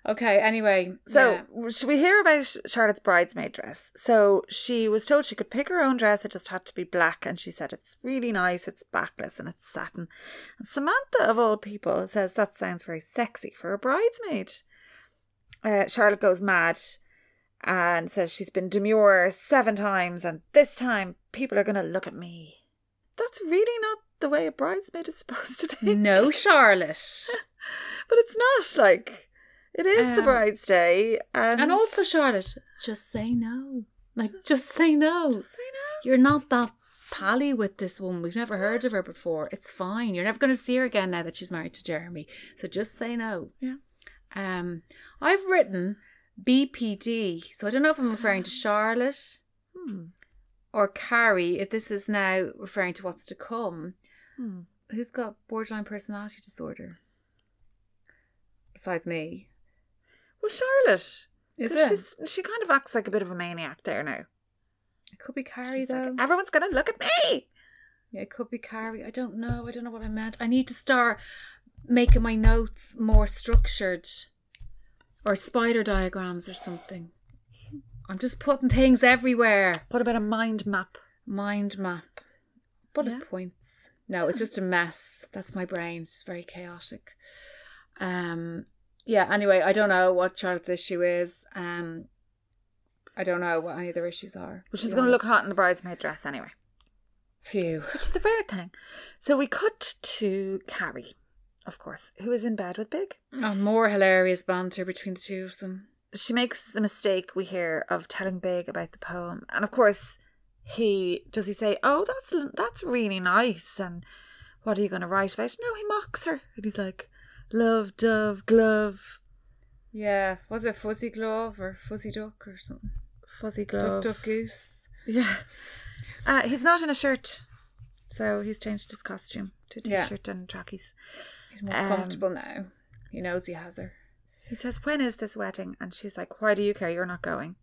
Okay. Anyway, So yeah. should we hear about Sh- Charlotte's bridesmaid dress? So she was told she could pick her own dress; it just had to be black, and she said it's really nice. It's backless and it's satin. And Samantha, of all people, says that sounds very sexy for a bridesmaid. Uh, Charlotte goes mad and says she's been demure seven times, and this time people are going to look at me. That's really not the way a bridesmaid is supposed to think. no, Charlotte, but it's not like it is the Um, bride's day, and, and also Charlotte, just say no. Like, just say no. Just say no. You're not that pally with this woman. We've never heard of her before. It's fine. You're never going to see her again now that she's married to Jeremy. So just say no. Yeah. Um, I've written BPD, so I don't know if I'm referring to Charlotte Hmm. or Carrie. If this is now referring to what's to come, Hmm. who's got borderline personality disorder? Besides me, Well, Charlotte. is 'cause it? She's, she kind of acts like a bit of a maniac there now. It could be Carrie She's though. like, everyone's going to look at me. Yeah, it could be Carrie. I don't know. I don't know what I meant. I need to start making my notes more structured or spider diagrams or something. I'm just putting things everywhere. What about a mind map? Mind map, bullet Yeah. points. No, it's just a mess. That's my brain. It's very chaotic. Um, yeah, anyway, I don't know what Charlotte's issue is. Um, I don't know what any of their issues are. Well, to she's be going to look honest. hot in the bridesmaid dress anyway, Phew. which is a rare thing. So we cut to Carrie, of course, who is in bed with Big. Oh, more hilarious banter between the two of them. She makes the mistake we hear of telling Big about the poem, and of course, he does he say, "Oh, that's l- that's really nice," and what are you going to write about? No, he mocks her, and he's like, "Love, dove, glove, Yeah, was it Fuzzy Glove or Fuzzy Duck or something? fuzzy glove." Duck Duck Goose. <laughs> Yeah. Uh, he's not in a shirt. So he's changed his costume to a t Yeah. shirt and trackies. He's more Um, comfortable now. He knows he has her. He says, When is this wedding? And she's like, Why do you care? You're not going.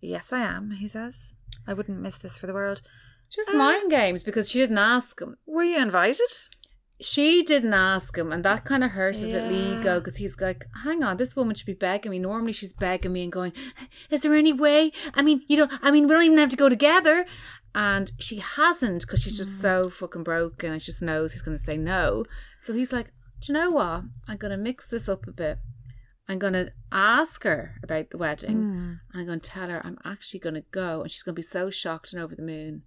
Yes, I am, he says. I wouldn't miss this for the world. Just Uh, mind games because she didn't ask him. Were you invited? She didn't ask him, and that kind of hurts his little Yeah. ego because he's like, "Hang on, this woman should be begging me. Normally, she's begging me and going, "Is there any way? I mean, you don't. I mean, we don't even have to go together." And she hasn't because she's just so fucking broken, and she just knows he's going to say no. So he's like, "Do you know what? I'm going to mix this up a bit. I'm going to ask her about the wedding, and I'm going to tell her I'm actually going to go, and she's going to be so shocked and over the moon."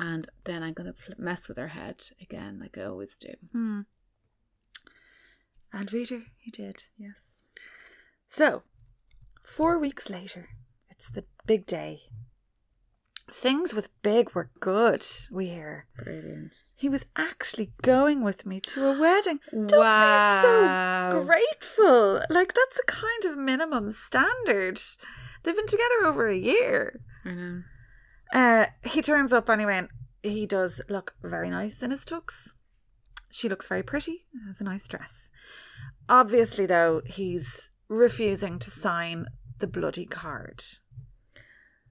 And then I'm going to pl- mess with her head again, like I always do. Hmm. And reader, he did. Yes. So, four weeks later, it's the big day. Things with Big were good, we hear. Brilliant. He was actually going with me to a wedding. Don't be so Wow. grateful. Like that's a kind of minimum standard. They've been together over a year. I know. Uh, he turns up anyway, and he does look very nice in his tux. She looks very pretty, and has a nice dress. Obviously, though, he's refusing to sign the bloody card.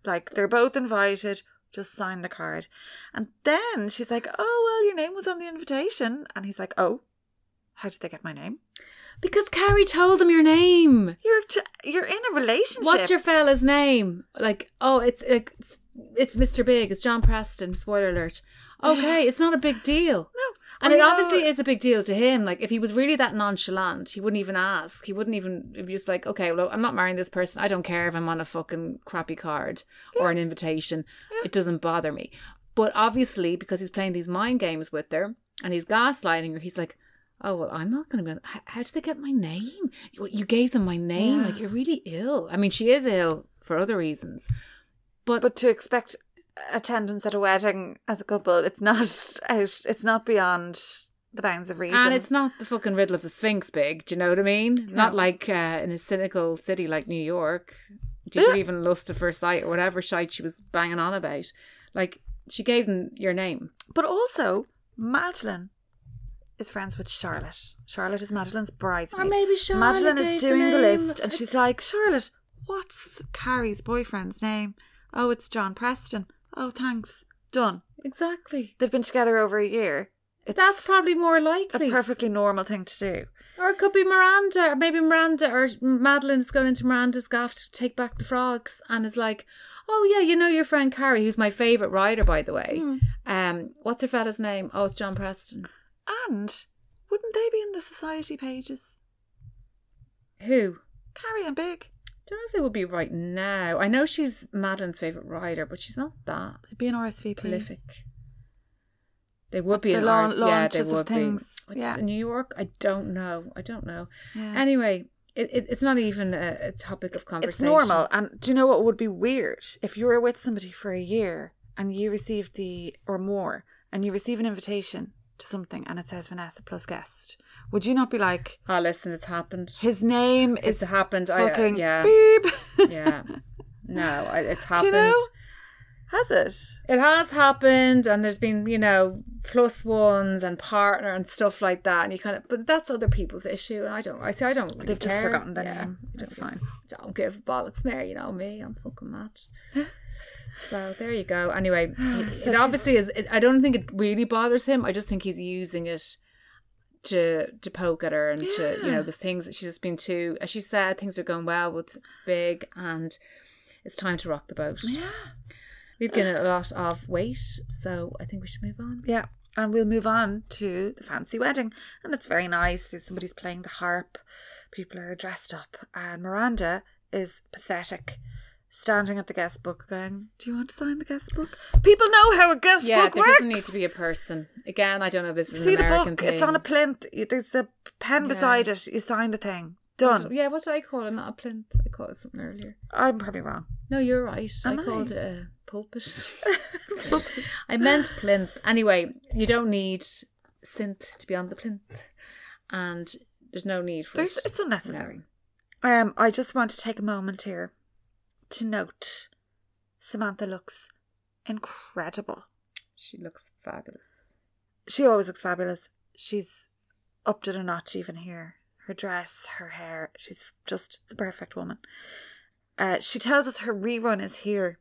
Like, they're both invited, just sign the card. And then she's like, Oh, well, your name was on the invitation. And he's like, Oh, how did they get my name? Because Carrie told him your name. You're t- you're in a relationship. What's your fella's name? Like, oh, it's like it's, it's Mr. Big. It's John Preston. Spoiler <gasps> alert. Okay, it's not a big deal. No. Well, And it you know- obviously is a big deal to him. Like, if he was really that nonchalant, he wouldn't even ask. He wouldn't even he'd be just like, okay, well, I'm not marrying this person. I don't care if I'm on a fucking crappy card or an invitation. It doesn't bother me. But obviously, because he's playing these mind games with her and he's gaslighting her, he's like, oh, well, I'm not going to be on. How, how did they get my name? You, you gave them my name. Yeah. Like, you're really ill. I mean, she is ill for other reasons. But to expect attendance at a wedding as a couple, it's not <laughs> out. It's not beyond the bounds of reason. And it's not the fucking riddle of the Sphinx, big. Do you know what I mean? Not like uh, in a cynical city like New York. Do you <laughs> believe in lust at first sight or whatever shite she was banging on about? Like she gave them your name. But also, Madeline is friends with Charlotte. Charlotte is Madeline's bridesmaid. Or maybe Charlotte Madeline gave is the doing the, name. list, and she's like, Charlotte, what's Carrie's boyfriend's name? Oh, it's John Preston. Oh, thanks. Done. Exactly. They've been together over a year. It's That's probably more a likely. perfectly normal thing to do. or it could be Miranda, or maybe Miranda or Madeline's going into Miranda's gaff to take back the frogs and is like, Oh yeah, you know your friend Carrie, who's my favourite rider by the way. Um, what's her fella's name? Oh, it's John Preston. And wouldn't they be in the society pages? Who? Carrie and Big. don't know if they would be right now. I know she's Madeline's favourite rider, but she's not that They'd be an RSVP. prolific. They would be The in lau- ours, yeah. They launches of would things, be. It's yeah. in New York. I don't know. I don't know. Yeah. Anyway, it, it, it's not even a, a topic of It's conversation. normal. And do you know what would be weird? If you were with somebody for a year and you received the, or more, and you receive an invitation to something and it says Vanessa plus guest, would you not be like, Oh, listen, it's happened. his name It's is happened. I, uh, fucking <laughs> yeah, beep? yeah. No, I, it's Do happened. you know? Has it? It has happened, and there's been you know plus ones and partner and stuff like that, and you kind of but that's other people's issue, and I don't. I see. I don't. Really They've just care. forgotten the Yeah, name. I It's don't, fine. don't give a bollocks, Mayor. You know me. I'm fucking <laughs> mad. so there you go. <sighs> Anyway, it- it obviously is. It, I don't think it really bothers him. I just think he's using it to to poke at her and to you know because things she's just been too. As she said, things are going well with Big, and it's time to rock the boat. Yeah. We've given it a lot of weight, so I think we should move on. Yeah. And we'll move on to the fancy wedding. And it's very nice. There's somebody's playing the harp. People are dressed up. And Miranda is pathetic, standing at the guest book going, Do you want to sign the guest book? People know how a guest Yeah, book there works. doesn't need to be a person. Again, I don't know if this is See an the American book. thing. It's on a plinth. You- There's a pen Yeah. beside it. You sign the thing. Done. Yeah, what did I call it? Not a plinth. I called it something earlier. I'm probably wrong. No, you're right. Am I I? called it a pulpit. <laughs> I meant plinth. Anyway, you don't need synth to be on the plinth, and there's no need for There's, it. it's unnecessary. Um, I just want to take a moment here to note Samantha looks incredible. She looks fabulous. she always looks fabulous. She's upped it a notch even here. Her dress, her hair, she's just the perfect woman. Uh, she tells us her rerun is here.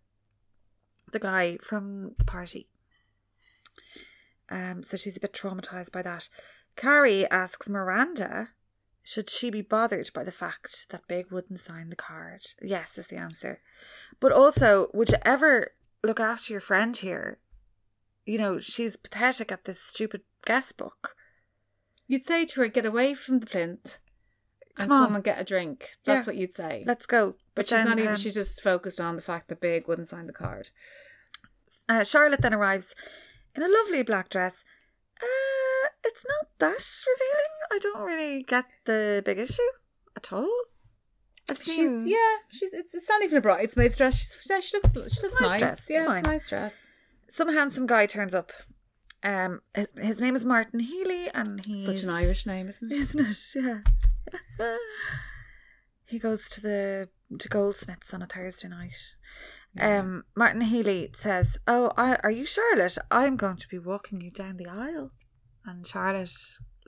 The guy from the party. Um, so she's a bit traumatized by that. Carrie asks Miranda, should she be bothered by the fact that Big wouldn't sign the card? Yes, is the answer. But also, would you ever look after your friend here? you know, she's pathetic at this stupid guest book. You'd say to her, "Get away from the plinth." And Come on. come and get a drink. That's Yeah. what you'd say. Let's go. But, she's then, not even. um, she's just focused on the fact that Big wouldn't sign the card. uh, Charlotte then arrives in a lovely black dress. Uh, it's not that revealing. I don't really get the big issue at all. I've seen. She's yeah. She's it's, it's not even a bridesmaid's dress. She's, yeah, she looks she nice looks nice. dress. It's Yeah, it's, fine. a nice dress. Some handsome guy turns up. Um, his, his name is Martin Healy, and he's Such an Irish name, <laughs> isn't it? isn't it? Yeah. he goes to the to Goldsmiths on a Thursday night. Um, Martin Healy says, "Oh, I, are you Charlotte? I'm going to be walking you down the aisle." And Charlotte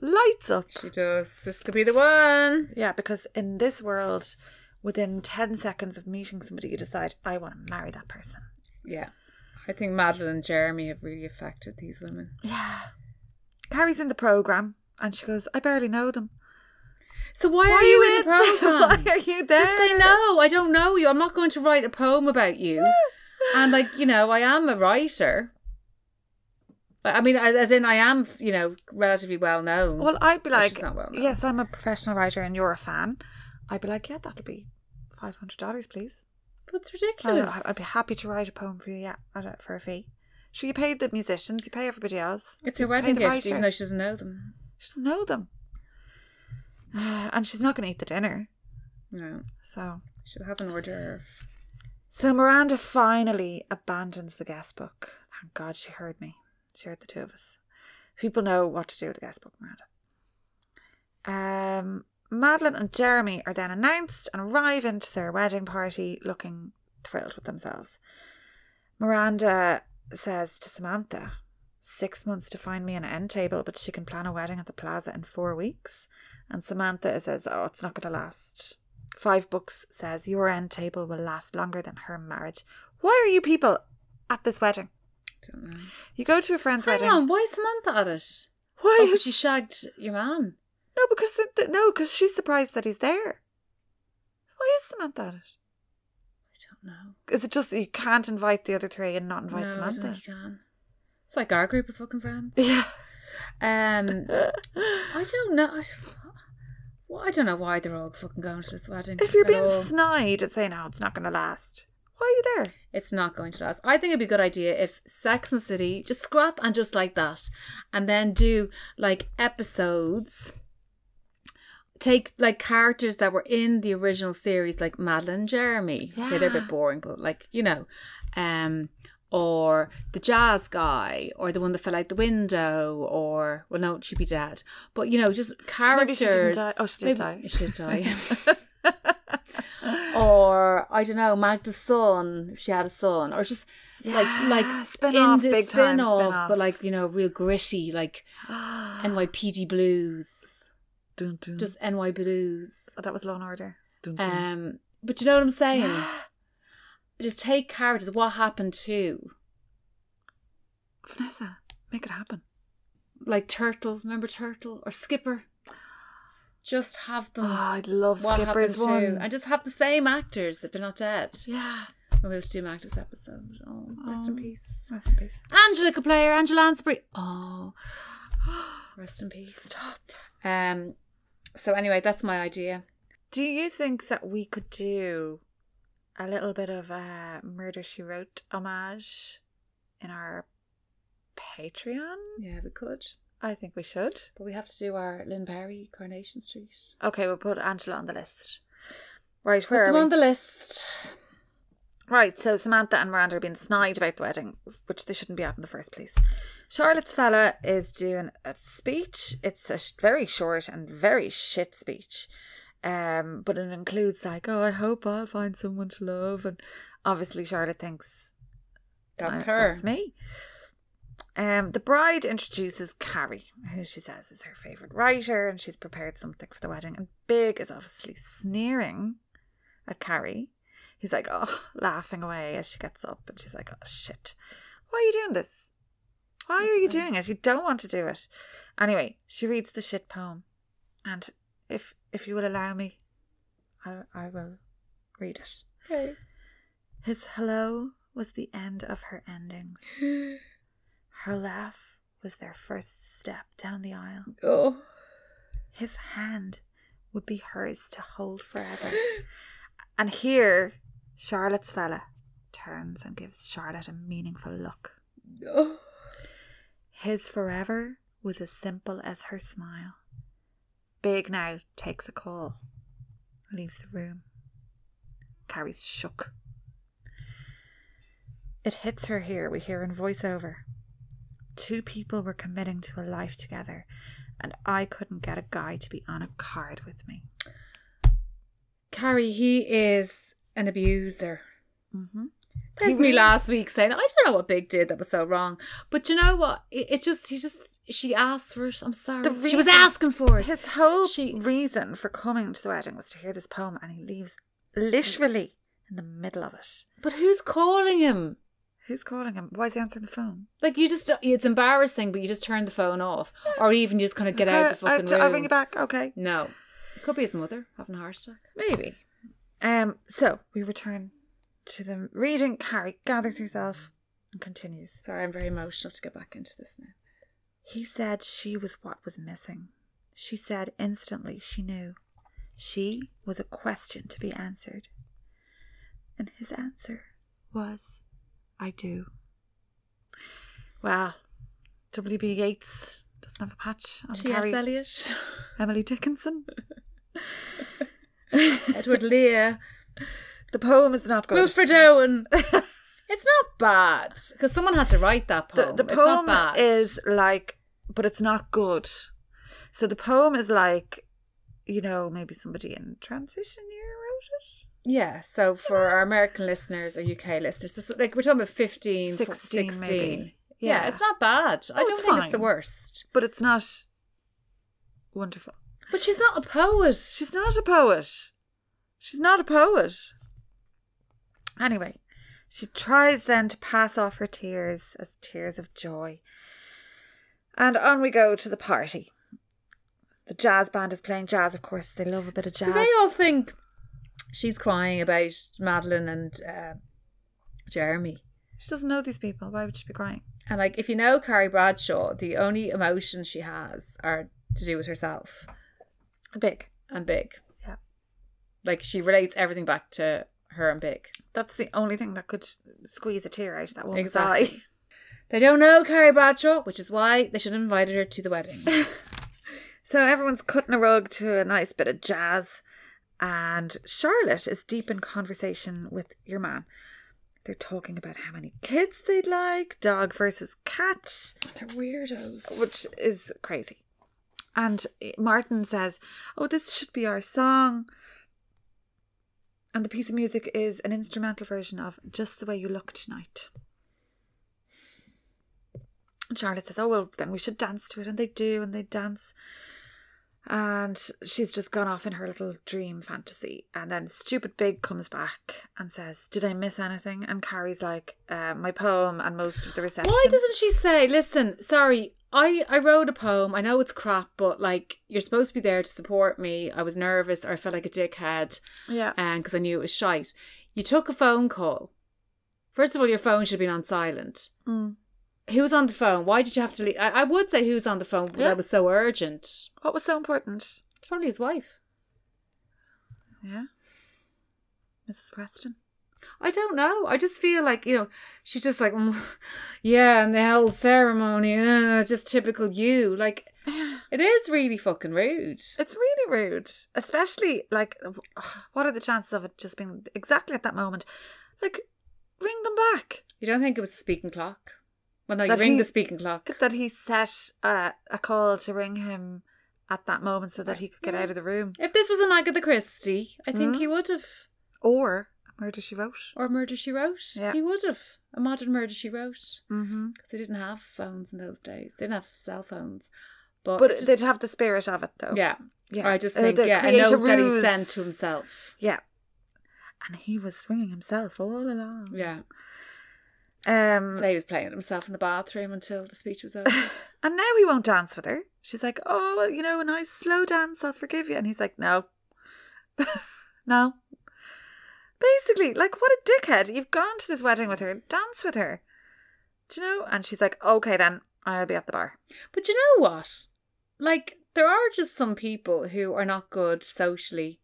lights up. She does. This could be the one. Yeah, because in this world, within 10 seconds of meeting somebody, you decide, I want to marry that person. Yeah. I think Madeline and Jeremy have really affected these women. Yeah. Carrie's in the program and she goes, I barely know them. So why, are you in <laughs> the Why program? are you there? Just say no. I don't know you. I'm not going to write a poem <laughs> about you. and like you know, I am a writer. I I mean, as, as in, I am you know relatively well known. Well, I'd be Well, like, she's not well known. yes, I'm a professional writer and you're a fan. I'd be like, yeah, that'll be $500, please. but it's I don't ridiculous. know, I'd be happy to write a poem for you, yeah, I don't- for a fee. Sure, you paid the musicians, you pay everybody else. it's her You pay wedding the gift, writer. even though she doesn't know them. She doesn't know them. <sighs> and she's not going to eat the dinner. No, So. she'll have an hors d'oeuvre. So Miranda finally abandons the guest book. Thank God she heard me. She heard the two of us. People know what to do with the guest book, Miranda. Um, Madeline and Jeremy are then announced and arrive into their wedding party looking thrilled with themselves. Miranda says to Samantha, six months to find me an end table, but she can plan a wedding at the plaza in four weeks. And Samantha says, Oh, it's not going to last. Five Books says, Your end table will last longer than her marriage. Why are you people at this wedding? Don't know. You go to a friend's Hang wedding. on, why is Samantha at it? Why Oh, 'cause is she shagged your man. No, because th- th- no, because she's surprised that he's there. Why is Samantha at it? I don't know. Is it just that you can't invite the other three and not invite no, I don't Samantha? think you can. It's like our group of fucking friends. <laughs> Yeah. Um, I don't know. I, well, I don't know why they're all fucking going to this wedding. if you're at being all. snide and saying, "No, it's not going to last," why are you there? It's not going to last. I think it'd be a good idea if Sex and the City just scrap and just like that, and then do like episodes. Take like characters that were in the original series, like Madeline, and Jeremy. Okay, they're a Yeah. bit boring, but like you know, um, or the jazz guy, or the one that fell out the window, or well, no, she'd be dead. But you know, just maybe characters. she didn't die. Oh, she did die. She did <laughs> die. <laughs> or I don't know, Magda's son, if she had a son, or just like Yeah, like spin-off, indie Ah, big time spin-offs, spin-off. <gasps> but like you know, real gritty, like Ah. NYPD Blues, Dun, dun. just NY Blues. oh, that was Law and Order. Dun, dun. Um, but you know what <gasps> I'm saying? just take characters. What happened to Vanessa, make it happen. like Turtle? Remember Turtle or Skipper? Just have them. Oh, I'd love what happened Skipper's to? one. And just have the same actors if they're not dead. yeah. Maybe we'll do Magda's episode. Oh, rest in Oh. peace. Rest in peace. Angela could play her, Angela Lansbury. Oh, <gasps> rest in peace. Stop. Um. So anyway, that's my idea. Do you think that we could do a little bit of a Murder She Wrote homage in our Patreon? Yeah, we could, I think we should. but we have to do our Lynn Perry Coronation Street. Okay, we'll put Angela on the list. Right, Put where are them we? on the list. Right, so Samantha and Miranda are being snide about the wedding, which they shouldn't be at in the first place. Charlotte's fella is doing a speech. It's a sh- very short and very shit speech, um, but it includes like, "Oh, I hope I'll find someone to love," and obviously Charlotte thinks That's "Uh, her. That's me. Um, the bride introduces Carrie, who she says is her favourite writer, and she's prepared something for the wedding. And Big is obviously sneering at Carrie. He's like, oh, laughing away as she gets up, and she's like, oh, shit. Why are you doing this? Why That's are you funny. doing it? You don't want to do it. Anyway, she reads the shit poem, and if if you will allow me, I I will read it. Okay. His hello was the end of her endings. Her laugh was their first step down the aisle. Oh. His hand would be hers to hold forever. And here, Charlotte's fella turns and gives Charlotte a meaningful look. oh. His forever was as simple as her smile. Big now takes a call, leaves the room. Carrie's shook. It hits her here, we hear in voiceover. Two people were committing to a life together, and I couldn't get a guy to be on a card with me. Carrie, he is an abuser. Mm-hmm. There's me last week saying I don't know what Big did that was so wrong, but you know what? It- It's just he just she asked for it. I'm sorry, The she was reason- asking for it. His whole She- reason for coming to the wedding was to hear this poem, and he leaves literally in the middle of it. But who's calling him? Who's calling him? Why is he answering the phone? Like you just it's embarrassing, but you just turn the phone off, or even you just kind of get out of the Uh, I'll- fucking room. I'll ring you back. Okay, No, it could be his mother having a heart attack. maybe. Um. So we return to the reading. Carrie gathers herself and continues. Sorry, I'm very emotional to get back into this now. He said she was what was missing. She said instantly she knew. She was a question to be answered. And his answer was, I do. Wow. W.B. Yeats doesn't have a patch on T.S. Carrie. <laughs> Eliot, Emily Dickinson. Edward Lear, The poem is not good. Wilfred <laughs> Owen. It's not bad because someone had to write that the, poem. the It's not poem bad. is like, but it's not good. So the poem is like, you know, maybe somebody in transition year wrote it. Yeah, so for our American listeners or UK listeners, this, like we're talking about 15, 16. 16, 16. maybe. Yeah. Oh, Yeah. it's not bad. I No, don't it's think it's the fine. worst. but it's not wonderful. But she's not a poet. She's She's not a poet. She's not a poet. Anyway, she tries then to pass off her tears as tears of joy. And on we go to the party. The jazz band is playing jazz, of course. They love a bit of jazz. so they all think she's crying about Madeline and uh, Jeremy. she doesn't know these people. Why would she be crying? And like, if you know Carrie Bradshaw, the only emotions she has are to do with herself Big. and Big. Yeah. Like she relates everything back to her and Big. That's the only thing that could squeeze a tear out of that woman's Exactly. eye. They don't know Carrie Bradshaw, which is why they should have invited her to the wedding. <laughs> So everyone's cutting a rug to a nice bit of jazz, and Charlotte is deep in conversation with your man. They're talking about how many kids they'd like, dog versus cat, <laughs> They're weirdos. which is crazy. And Martin says, Oh, this should be our song. And the piece of music is an instrumental version of Just the Way You Look Tonight. And Charlotte says, Oh, well, then we should dance to it. And they do, and they dance. And she's just gone off in her little dream fantasy. And then Stupid Big comes back and says, Did I miss anything? And Carrie's like, uh, My poem and most of the reception. Why doesn't she say, listen, sorry, I, I wrote a poem. I know it's crap, but like, you're supposed to be there to support me. I was nervous or I felt like a dickhead Yeah. and because I knew it was shite. You took a phone call. First of all, your phone should have been on silent. Mm. Who was on the phone? Why did you have to leave? I, I would say who's on the phone, but Yeah. that was so urgent. It's What was so important? probably his wife. Yeah. Mrs. Preston. I don't know. I just feel like, you know, she's just like, "Mm, yeah, and the whole ceremony, uh, just typical you. Like, it is really fucking rude. <laughs> It's really rude, especially like, <sighs> what are the chances of it just being exactly at that moment? Like, ring them back. You don't think it was a speaking clock? Well, no, you That ring he- the speaking clock. That he set uh, a call to ring him at that moment so that he could get out of the room. If this was an Agatha Christie, I think Mm-hmm. he would have. Or murder she wrote. Or Murder She Wrote. Yeah. He would have. A modern Murder She Wrote. Mm-hmm. Because they didn't have phones in those days. They didn't have cell phones. But, But it's they'd just- have the spirit of it, though. Yeah. Yeah. I just Uh, think, the yeah, I know creator that he ruse. sent to himself. Yeah. And he was swinging himself all along. Yeah. Um, So he was playing himself in the bathroom until the speech <laughs> was over. And now he won't dance with her. She's like, oh, well, you know, a nice slow dance, I'll forgive you. And he's like, no. <laughs> no. Basically, like, what a dickhead. You've gone to this wedding with her, dance with her. Do you know? And she's like, okay, then, I'll be at the bar. But you know what? Like, there are just some people who are not good socially,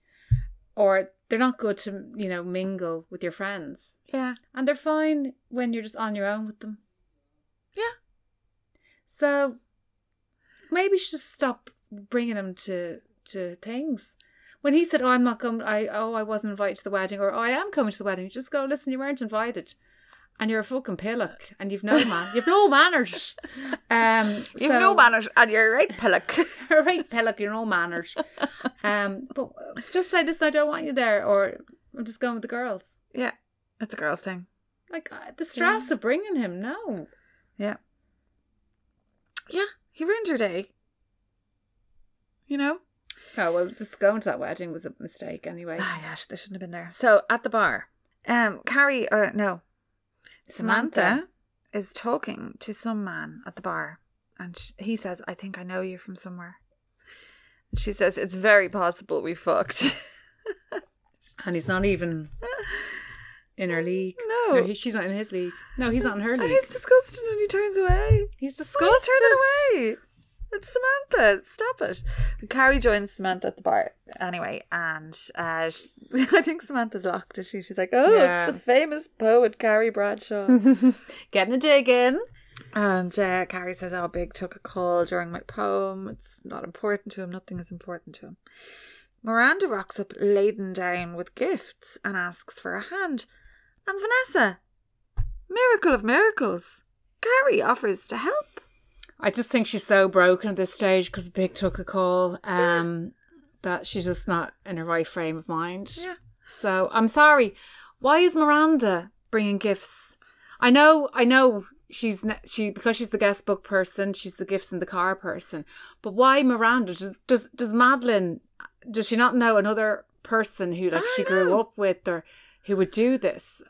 or they're not good to, you know, mingle with your friends. Yeah. And they're fine when you're just on your own with them. Yeah. So maybe you should just stop bringing him to, to things. When he said, "Oh, I'm not coming," I oh, I wasn't invited to the wedding, or "Oh, I am coming to the wedding," just go. Listen, you weren't invited, and you're a fucking pillock, and <laughs> you've no man, you've no manners. Um, You've no so- manners and you're right, <laughs> pillock. <laughs> right, Pellock, you're all manners. Um, but just say, listen, I don't want you there, or I'm just going with the girls. yeah. It's a girl's thing. Like uh, the stress of bringing him. No. Yeah. Yeah, he ruined your day. You know? Oh well, just going to that wedding was a mistake <sighs> anyway. Ah, yeah, sh- they shouldn't have been there. So at the bar, um, Carrie, or no, Samantha, is talking to some man at the bar, and sh he says, "I think I know you from somewhere." And She says, "It's very possible we fucked." and he's not <sighs> even in her league. Oh, No. he, she's not in his league. No, he's not in her and league. he's disgusted, and he turns away. He's Go disgusted. turn it away. It's Samantha. Stop it. Carrie joins Samantha at the bar anyway, and uh, sh <laughs> I think Samantha's locked. Is she? She's like, "Oh, Yeah. it's the famous poet Carrie Bradshaw." <laughs> Getting a dig in. And uh, Carrie says, Oh, Big took a call during my poem. It's not important to him. Nothing is important to him. Miranda rocks up laden down with gifts and asks for a hand. And Vanessa, miracle of miracles, Carrie offers to help. I just think she's so broken at this stage because Big took a call. Um, that she's just not in her right frame of mind. Yeah. So I'm sorry. Why is Miranda bringing gifts? I know, I know she's ne- she because she's the guest book person. She's the gifts in the car person. But why Miranda? Does does, does Madeline? Does she not know another person who like I she grew know. up with or who would do this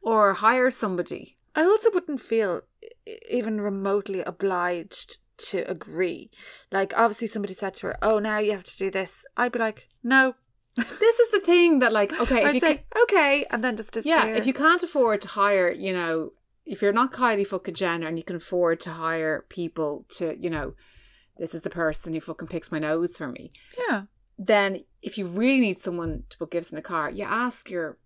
or hire somebody? I also wouldn't feel e- even remotely obliged to agree. Like, obviously, somebody said to her, Oh, now you have to do this. I'd be like, No. This is the thing that like okay if I'd you ca- say, Okay. And then just disappear. Yeah, if you can't afford to hire, you know, if you're not Kylie fucking Jenner and you can afford to hire people to, you know, this is the person who fucking picks my nose for me, Yeah. then if you really need someone to put gifts in a car, you ask your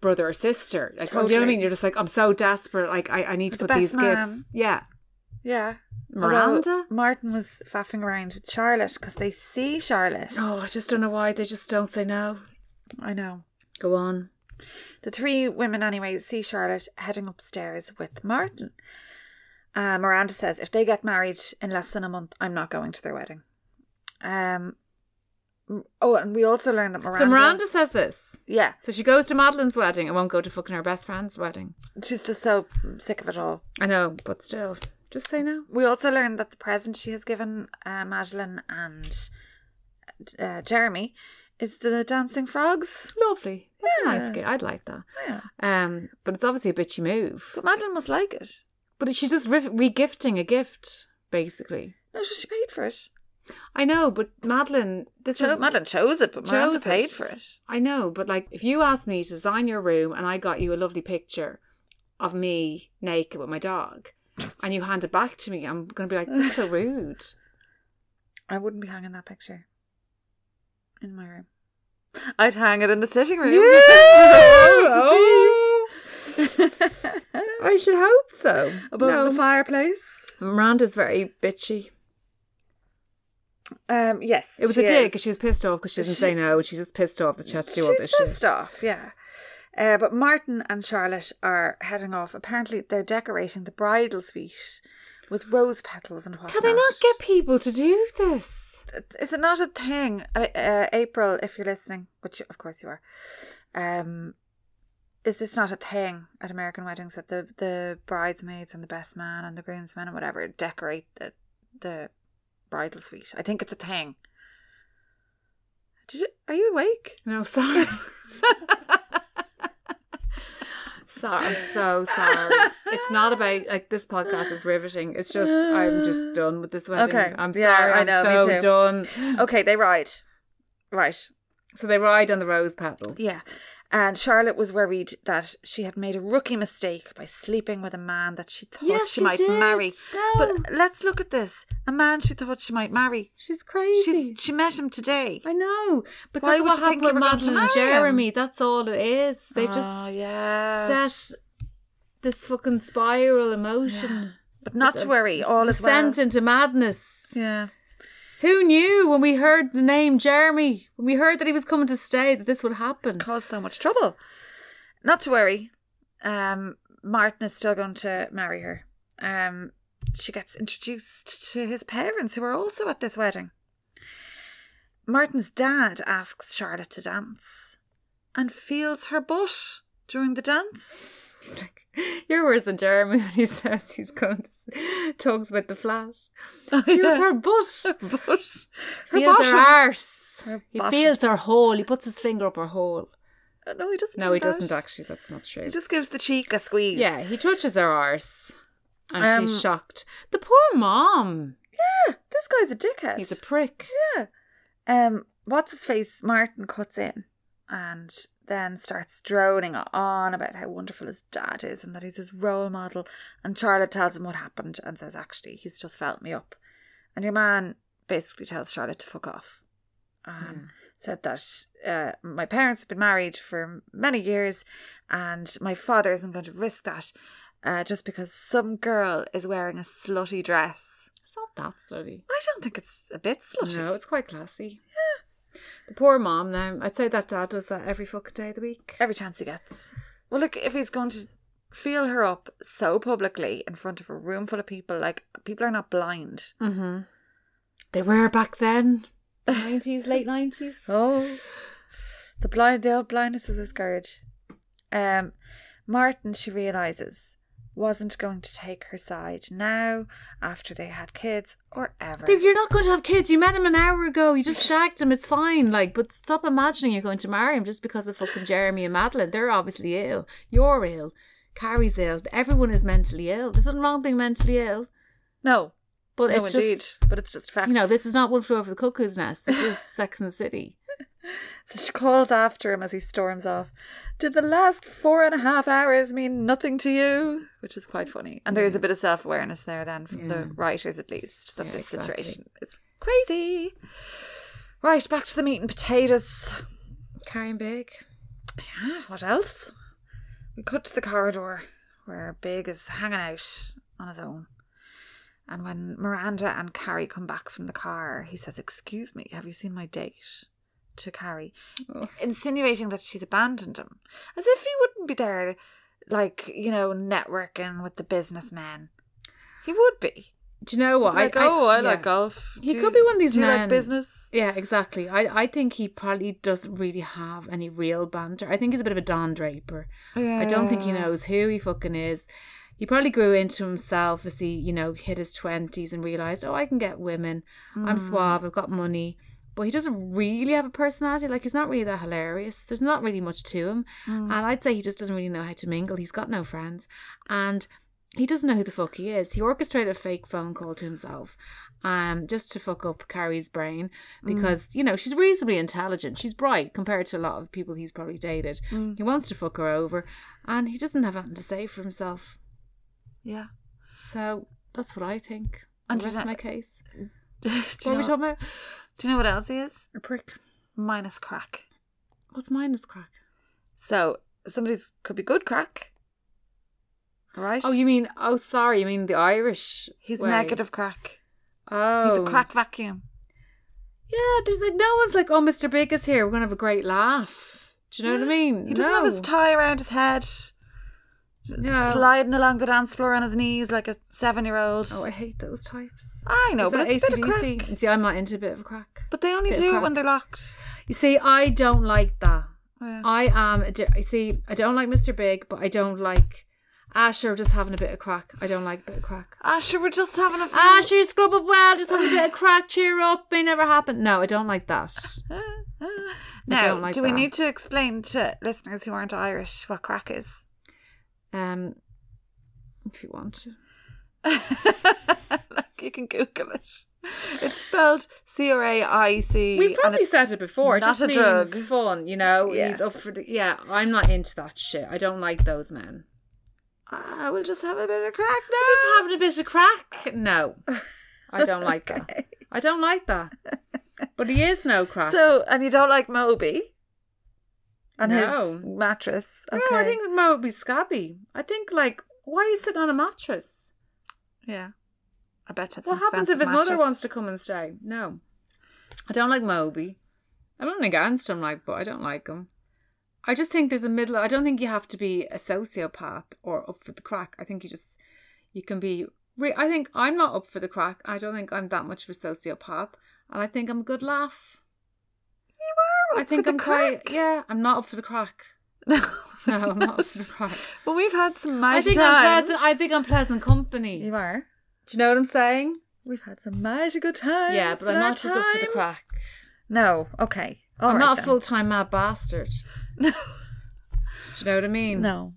brother or sister. Like, You know what I Totally. mean? You're just like, I'm so desperate. Like, I, I need to The put these best man. gifts. Yeah. Yeah. Miranda? <laughs> Although Martin was faffing around with Charlotte because they see Charlotte. Oh, I just don't know why they just don't say no. I know. Go on. The three women, anyway, see Charlotte heading upstairs with Martin. Uh, Miranda says, if they get married in less than a month, I'm not going to their wedding. Um. m- Oh, and we also learned that Miranda. So Miranda says this. Yeah, So she goes to Madeline's wedding and won't go to fucking her best friend's wedding. she's just so sick of it all. I know, but still, just say no. We also learned that the present she has given uh, Madeline and uh, Jeremy is the dancing frogs. Lovely. That's a nice Yeah. gig. I'd like that. Yeah. Um, but it's obviously a bitchy move. But Madeline must like it. But she's just re- regifting a gift, basically. No, so she paid for it. I know, but Madeline, this Cho- is Madeline chose it, but Miranda chose paid it. for it. I know, but like, if you asked me to design your room and I got you a lovely picture of me naked with my <laughs> dog, and you hand it back to me, I'm gonna be like, that's <laughs> so rude. I wouldn't be hanging that picture in my room. I'd hang it in the sitting room. <laughs> <laughs> Oh, I should hope so. Above No. the fireplace. Miranda's very bitchy. Um, yes. It was she a dig is. 'cause she was pissed off because she doesn't She- say no. and She's just pissed off that she has to do all this She's pissed shit. off, yeah. Uh, but Martin and Charlotte are heading off. Apparently, they're decorating the bridal suite with rose petals and whatnot. Can they not get people to do this? is it not a thing uh, uh, april if you're listening which of course you are um is this not a thing at american weddings that the the bridesmaids and the best man and the groomsmen and whatever decorate the the bridal suite i think it's a thing Did you, are you awake <laughs> No, sorry. sorry, I'm so sorry. It's not about like this podcast is riveting. It's just <gasps> I'm just done with this wedding. Okay. I'm Yeah, sorry. I I know. know, me too. am so done. okay they ride right So they ride on the rose petals. Yeah. And Charlotte was worried that she had made a rookie mistake by sleeping with a man that she thought Yes, she you might did. marry. But No. let's look at this. A man she thought she might marry. She's crazy. She's, she met him today. I know. Because Why of would what you think happened with you were going to Madeline and marry him? Jeremy, that's all it is. They've Oh, just yeah. set this fucking spiral emotion. But not to worry, all is well. descent into madness. Yeah. Who knew when we heard the name Jeremy, when we heard that he was coming to stay, that this would happen? Caused so much trouble. Not to worry. Um, Martin is still going to marry her. Um, she gets introduced to his parents, who are also at this wedding. Martin's dad <laughs> asks Charlotte to dance and feels her butt during the dance. <laughs> He's like, you're worse than Jeremy <laughs> when he says he's going to talks about the flat. Feels <laughs> her butt. But Feels her bottom. arse. Her He bottom. feels her hole. He puts his finger up her hole. No, he doesn't. No, do he that. doesn't actually. That's not true. He just gives the cheek a squeeze. Yeah, he touches her arse. And Um, she's shocked. The poor mom. This guy's a dickhead. He's a prick. Um, what's his face? Martin cuts in and then starts droning on about how wonderful his dad is and that he's his role model. And Charlotte tells him what happened and says, actually, he's just felt me up. And your man basically tells Charlotte to fuck off. Um, said that uh, my parents have been married for many years and my father isn't going to risk that uh, just because some girl is wearing a slutty dress. It's not that slutty. I don't think it's a bit slutty. No, it's quite classy. The poor mom now. I'd say that dad does that every fucking day of the week. Every chance he gets. Well, look, if he's going to feel her up so publicly in front of a room full of people, like people are not blind. Mm-hmm. They were back <laughs> then. 90s, late 90s. Oh, the blind, the old blindness was his scourge. Um, Martin, she realizes, wasn't going to take her side now after they had kids or ever. Dave, you're not going to have kids. You met him an hour ago. You just shagged him. It's fine. Like, but stop imagining you're going to marry him just because of fucking Jeremy and Madeline. They're obviously ill. You're ill. Carrie's ill. Everyone is mentally ill. There's nothing wrong with being mentally ill. no, But no, it's indeed, just but it's just a fact. you know, this is not one flew over the cuckoo's nest. This is Sex and the City. So she calls after him as he storms off. Did the last four and a half hours mean nothing to you? Which is quite funny. And there is a bit of self awareness there then from the Yeah. writers at least that Mm. Yeah, this exactly. situation is crazy. Right, back to the meat and potatoes. Carrying big. Yeah, what else? We cut to the corridor where Big is hanging out on his own. And when Miranda and Carrie come back from the car, he says, Excuse me, have you seen my date? To Carrie, Oh. insinuating that she's abandoned him, as if he wouldn't be there, like, you know, networking with the businessmen. He would be. Do you know what? like, oh, I yeah. like golf. He Do could you- be one of these do you men." like business? Yeah, exactly. I, I think he probably doesn't really have any real banter. I think he's a bit of a Don Draper. I don't think he Yeah. knows who he fucking is. He probably grew into himself as he, you know, hit his 20s and realised, oh, I can get women. I'm Mm. suave. I've got money. But he doesn't really have a personality. Like, he's not really that hilarious. There's not really much to him. Mm. And I'd say he just doesn't really know how to mingle. He's got no friends. And he doesn't know who the fuck he is. He orchestrated a fake phone call to himself um, just to fuck up Carrie's brain Mm. because, you know, she's reasonably intelligent. She's bright compared to a lot of people he's probably dated. Mm. He wants to fuck her over and he doesn't have anything to say for himself. Yeah. <laughs> So that's what I think. And And you that's know- my case. do, you What are we know, talking about? do you know what else he is? A prick. Minus crack. What's mine is crack? So somebody's could be good crack, right? Oh, you mean, oh, sorry, you mean the Irish. he's way. negative crack. Oh. He's a crack vacuum. Yeah, there's like no one's like, oh, Mr. Big is here. We're gonna have a great laugh. Do you know what I mean? He doesn't have his tie around his head, No. sliding along the dance floor on his knees like a seven-year-old. Oh, I hate those types. I know, Is but that it's a bit of AC/DC? crack. You see, I'm not into a bit of a crack. But they only Bit of do it crack. when they're locked. You see, I don't like that. Yeah. I am. a di- You see, I don't like Mr. Big, but I don't like Asher just having a bit of crack. I don't like a bit of crack. Asher, we're Ah, just Ah, having a few. Asher, scrub up well. Just have a bit of crack. Cheer up. May never happen. No, I don't <laughs> like that. now, don't like do we that. need to explain to listeners who aren't Irish what crack is? Um, if you want to. <laughs> like you can Google it. It's spelled C R A I C. We've probably and said it before. It not just a means drug. fun, you know. Yeah. He's up for the yeah. I'm not into that shit. I don't like those men. I will ah, just have a bit of crack now. Just having a bit of crack. No, <laughs> I don't like that. I don't like that. But he is no crack. so, and you don't like Moby and No. his mattress. Okay. No, I think Mo would be scabby. I think like, why are you sitting on a mattress? yeah. I bet it's what an happens if his expensive mother mattress. wants to come and stay? No, I don't like Moby. I'm not against him, like, but I don't like him. I just think there's a middle. I don't think you have to be a sociopath or up for the crack. I think you just you can be. Re- I think I'm not up for the crack. I don't think I'm that much of a sociopath, and I think I'm a good laugh. You are up I think for the I'm crack. quite. Yeah, I'm not up for the crack. <laughs> No, No, I'm not right. <laughs> But we've had some mad I think I'm times. pleasant. I think I'm pleasant company. You are. Do you know what I'm saying? We've had some magical times. Yeah, but in I'm our not just up for the time. crack. No, okay. All I'm right not a then. full time mad <laughs> bastard. No. Do you know what I mean? No.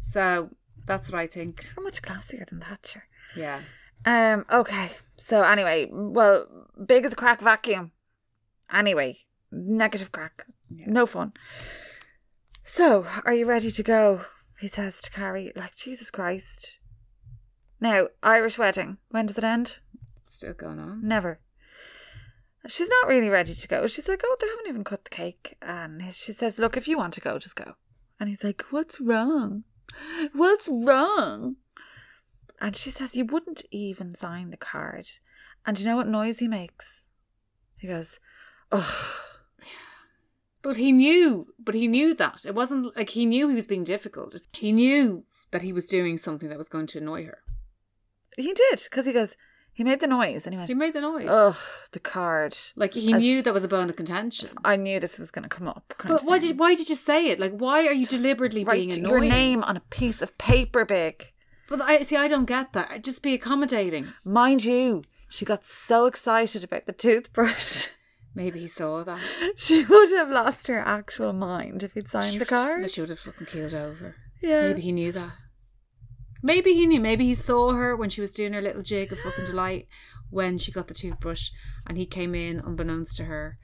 So that's what I think. You're much classier than that, sure. Yeah. Um, okay. So anyway, well, big as a crack vacuum. Anyway, negative crack. No fun. So, are you ready to go? He says to Carrie, like, Jesus Christ. Now, Irish wedding. When does it end? It's still going on. Never. She's not really ready to go. She's like, oh, they haven't even cut the cake. And she says, look, if you want to go, just go. And he's like, what's wrong? What's wrong? And she says, you wouldn't even sign the card. And do you know what noise he makes? He goes, ugh. But he knew, but he knew that. It wasn't like he knew he was being difficult. It's- He knew that he was doing something that was going to annoy her. He did, because he goes, he made the noise and he He went, made the noise. ugh, the card. Like he As- knew that was a bone of contention. I knew this was going to come up. kind But of why thing. did why did you say it? Like why are you deliberately write being annoying? your name on a piece of paper big? But I see. I don't get that. Just be accommodating. Mind you, she got so excited about the toothbrush. <laughs> Maybe he saw that. she would have lost her actual mind if he'd signed She the would- card. No, she would have fucking keeled over. Yeah. Maybe he knew that. Maybe he knew. Maybe he saw her when she was doing her little jig of fucking delight when she got the toothbrush and he came in unbeknownst to her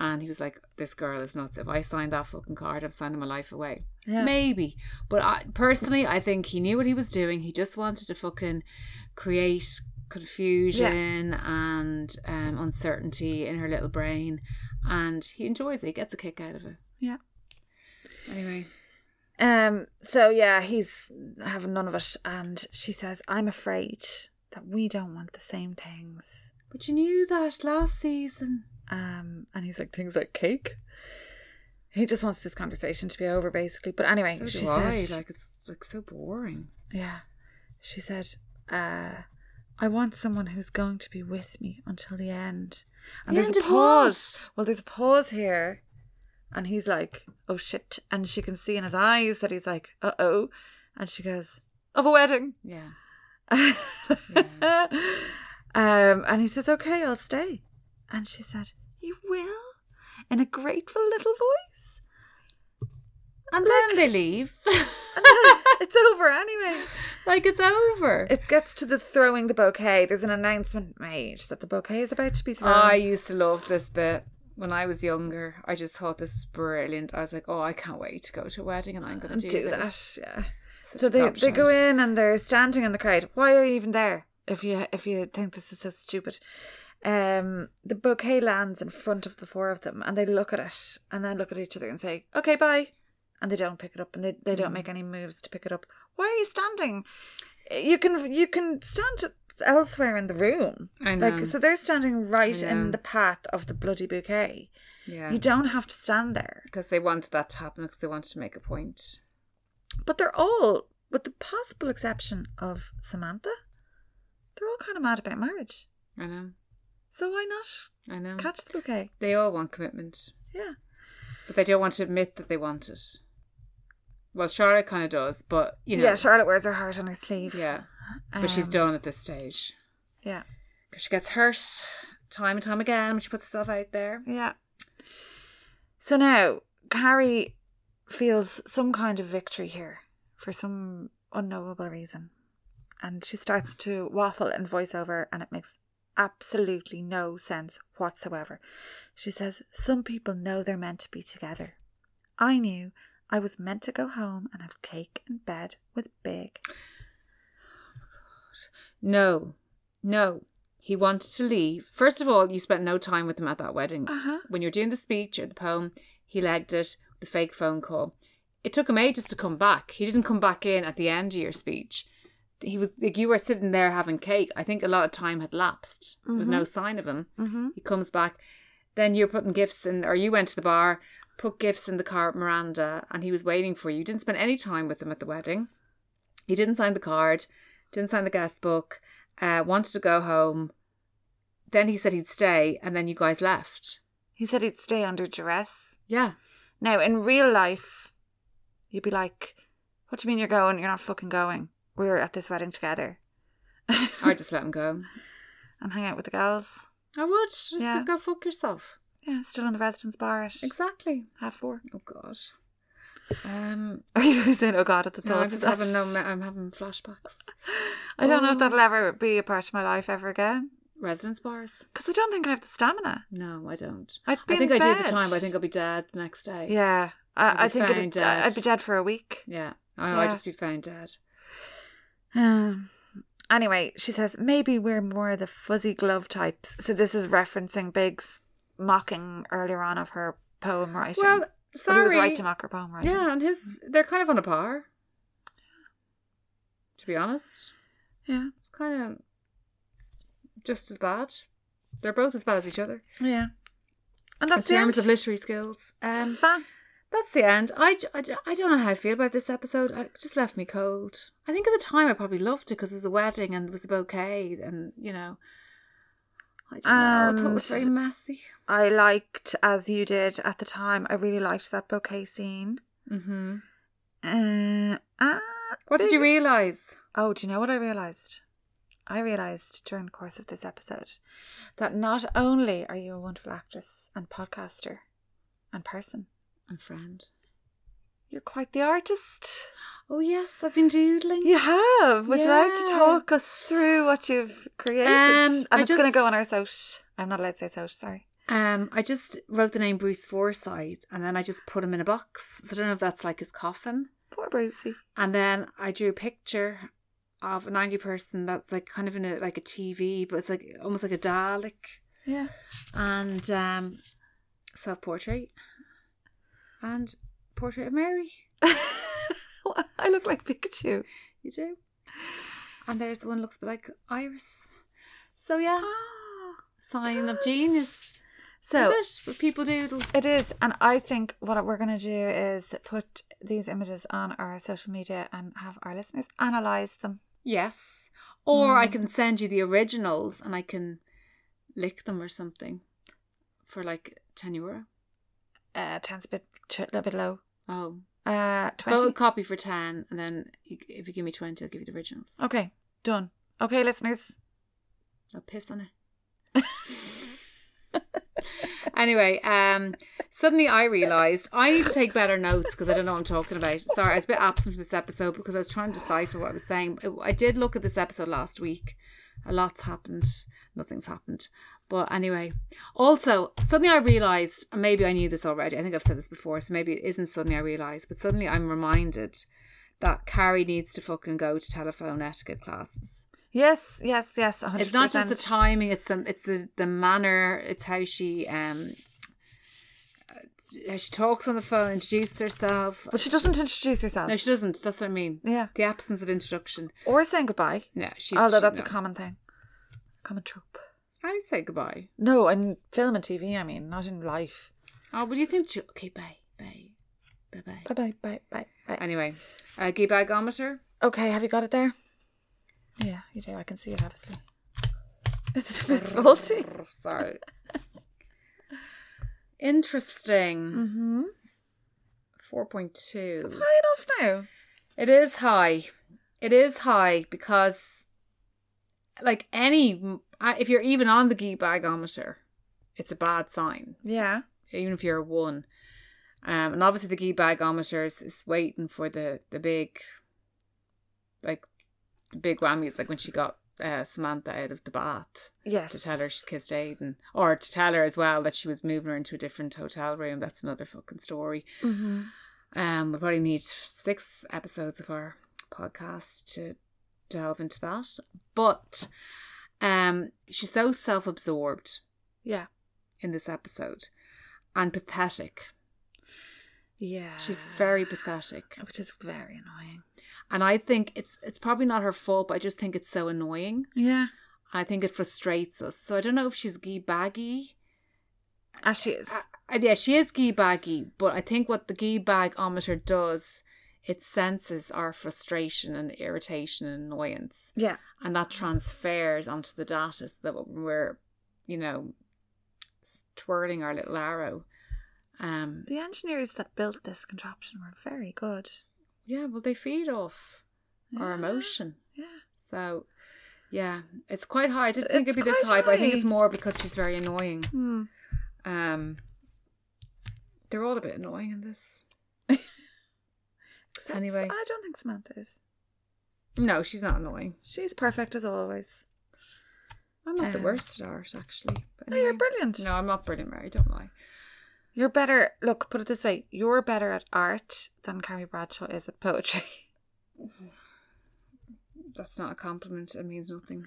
and he was like, This girl is nuts. If I sign that fucking card, I'm signing my life away. Yeah. Maybe. But I, personally, I think he knew what he was doing. He just wanted to fucking create confusion and um, uncertainty in her little brain. And he enjoys it. He gets a kick out of it. Yeah. Anyway. Um. So yeah, he's having none of it, and she says, "I'm afraid that we don't want the same things." But you knew that last season. Um. And he's like, "Things like cake." He just wants this conversation to be over, basically. But anyway, So she do I. said, Like it's like so boring. Yeah. She said, uh, I want someone who's going to be with me until the end. And The there's end a of pause. Well, there's a pause here. And he's like, oh shit. And she can see in his eyes that he's like, uh oh. And she goes, of a wedding. Yeah. <laughs> um, and he says, okay, I'll stay. And she said, you will? In a grateful little <laughs> voice. <laughs> And then they leave. <laughs> it's over anyway. like it's over. It gets to the throwing the bouquet. There's an announcement made that the bouquet is about to be thrown. I used to love this bit when I was younger. I just thought this is brilliant. I was like, oh, I can't wait to go to a wedding and I'm going And to do do, that. this. Yeah. Such so a they, crap they go show. in and they're standing in the crowd. Why are you even there if you if you think this is so stupid? Um, the bouquet lands in front of the four of them, and they look at it, and then look at each other and say, "Okay, bye," and they don't pick it up, and they, they Hmm. don't make any moves to pick it up. Why are you standing? You can you can stand elsewhere in the room. I know. Like so, they're standing right I in know. the path of the bloody bouquet. Yeah. You don't have to stand there. because they wanted that to happen because they wanted to make a point. But they're all, with the possible exception of Samantha, they're all kind of mad about marriage. I know. So why not I know. catch the bouquet? They all want commitment. Yeah. But they don't want to admit that they want it. Well, Charlotte kind of does, but you know, Yeah, Charlotte wears her heart on her sleeve. yeah. But she's Um, done at this stage Yeah. because she gets hurt time and time again when she puts herself out there. Yeah. So now, Carrie feels some kind of victory here for some unknowable reason. And she starts to waffle in voiceover, and it makes absolutely no sense whatsoever. She says, Some people know they're meant to be together. I knew I was meant to go home and have cake in bed with Big. No, no. He wanted to leave. First of all, you spent no time with him at that wedding. Uh-huh. When you're doing the speech or the poem, he legged it, the fake phone call. It took him ages to come back. He didn't come back in at the end of your speech. He was like you were sitting there having cake. I think a lot of time had lapsed. There was no sign of him. Mm-hmm. He comes back. Then you're putting gifts in, or you went to the bar, put gifts in the car at Miranda, and he was waiting for you. You didn't spend any time with him at the wedding. He didn't sign the card, didn't sign the guest book, uh, wanted to go home. Then he said he'd stay, and then you guys left. He said he'd stay under duress. Yeah. Now, in real life, You'd be like, What do you mean you're going? You're not fucking going. We're at this wedding together. Or just let him go. <laughs> and hang out with the girls. <laughs> I would. Just Yeah. go fuck yourself. Yeah, still in the residence bar at Exactly. half four. <laughs> Oh God. Um. Are you saying, oh God, at the No, thought? I'm just having no. me- I'm having flashbacks. I don't know if Oh. that'll ever be a part of my life ever again. Residence bars? Because I don't think I have the stamina. No, I don't. I'd be I think in I do at bed. the time. But I think I'll be dead the next day. Yeah, I'd be I, I think found it'd, dead. I'd be dead for a week. Yeah. I know. I'd Yeah. just be found dead. Um, anyway, she says maybe we're more the fuzzy glove types. So this is referencing Big's mocking earlier on of her poem writing. Well, But he sorry. was right to mock her poem writing. yeah, and his they're kind of on a par. To be honest, yeah, it's kind of just as bad. They're both as bad as each other yeah. And in that's the terms end. of literary skills. Um, Fa- That's the end. I, j- I, j- I don't know how I feel about this episode. I it just left me cold. I think at the time I probably loved it because it was a wedding and it was a bouquet and, you know, I don't know. I thought it was And- very messy. I liked, as you did at the time, I really liked that bouquet scene. Mm-hmm. Uh, ah, What did Big- you realise? Oh, do you know what I realised? I realised during the course of this episode that not only are you a wonderful actress and podcaster and person, And friend. you're quite the artist. Oh, yes, I've been doodling. You have. Would you like to Yeah. talk us through what you've created? Um, and I it's going to go on just- our social. I'm not allowed to say social, sorry. Um, I just wrote the name Bruce Forsyth and then I just put him in a box. So I don't know if that's like his coffin. Poor Brucey. And then I drew a picture of an angry person that's like kind of in a like a TV, but it's like almost like a Dalek. <laughs> Yeah. and um, self portrait and portrait of Mary. I look like Pikachu. You do. And there's one looks like Iris. So yeah, Ah. sign of genius. <gasps> So, is it? What people doodle. It is, and I think what we're going to do is put these images on our social media and have our listeners analyze them. Yes. Or I Mm. can send you the originals and I can lick them or something for like ten euro. Uh, ten's a bit a little bit low. Oh, Uh, Vote twenty. copy for ten, and then you, if you give me twenty, I'll give you the originals. Okay, done. Okay, listeners. I'll piss on it. anyway, um, suddenly I realised I need to take better notes because I don't know what I'm talking about. Sorry, I was a bit absent from this episode because I was trying to decipher what I was saying. I did look at this episode last week. A lot's happened. Nothing's happened. But anyway, also, suddenly I realised, and maybe I knew this already, I think I've said this before, so maybe it isn't suddenly I realised, but suddenly I'm reminded that Carrie needs to fucking go to telephone etiquette classes Yes, yes, yes. 100%. it's not just the timing it's the it's the the manner it's how she um uh, how she talks on the phone introduces herself but she doesn't introduce herself. no she doesn't that's what i mean yeah, the absence of introduction or saying goodbye. no she's Although that's no. a common thing, common trope. i say goodbye No, in film and TV, I mean, not in life. oh what do you think she okay bye bye bye bye Bye, bye, bye, bye, bye. anyway uh gay bagometer Okay, have you got it there? Yeah, you do. I can see it, obviously. Is it a bit faulty? <laughs> sorry interesting Mm-hmm. 4.2 High enough It is high. It is high because, like any, uh, if you're even on the gee bagometer, it's a bad sign. now. Yeah. Even if you're a one, um, and obviously the gee bagometer is, is waiting for the the big, like, the big whammies. Like when she got uh, Samantha out of the bath Yes. to tell her she kissed Aiden, or to tell her as well that she was moving her into a different hotel room. That's another fucking story. Mm-hmm. Um, we probably need six episodes of our podcast to delve into that. But um, she's so self absorbed Yeah. in this episode and pathetic. Yeah. She's very pathetic. Which is very annoying. And I think it's it's probably not her fault, but I just think it's so annoying. Yeah. I think it frustrates us. So I don't know if she's gee baggy. As she is. Uh, uh, yeah, she is gee baggy, but I think what the gee bagometer does, it senses our frustration and irritation and annoyance, yeah. and that transfers onto the data so that we're, you know, s- twirling our little arrow Um, The engineers that built this contraption were very good. yeah, well, they feed off our Yeah. emotion. Yeah. So, yeah, it's quite high. I didn't think It's it'd be this quite high, but I think it's high. more because she's very annoying. Hmm. Um, they're all a bit annoying in this. Except Anyway. I don't think Samantha is. No, she's not annoying. She's perfect as always. I'm not the Um, worst at art, actually. But No, Oh, you're anyway. brilliant. No, I'm not brilliant, Mary. Don't lie. You're better. Look, put it this way: you're better at art than Carrie Bradshaw is at poetry. <laughs> That's not a compliment. It means nothing.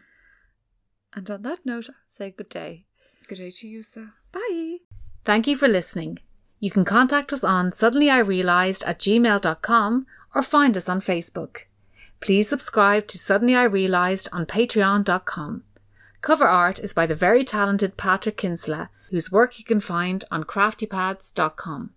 And on that note, I'll say good day. Good day to you, sir. Bye. Thank you for listening. You can contact us on suddenlyirealised at gmail.com or find us on Facebook. Please subscribe to Suddenly I Realised on patreon.com. Cover art is by the very talented Patrick Kinsler, whose work you can find on craftypads.com.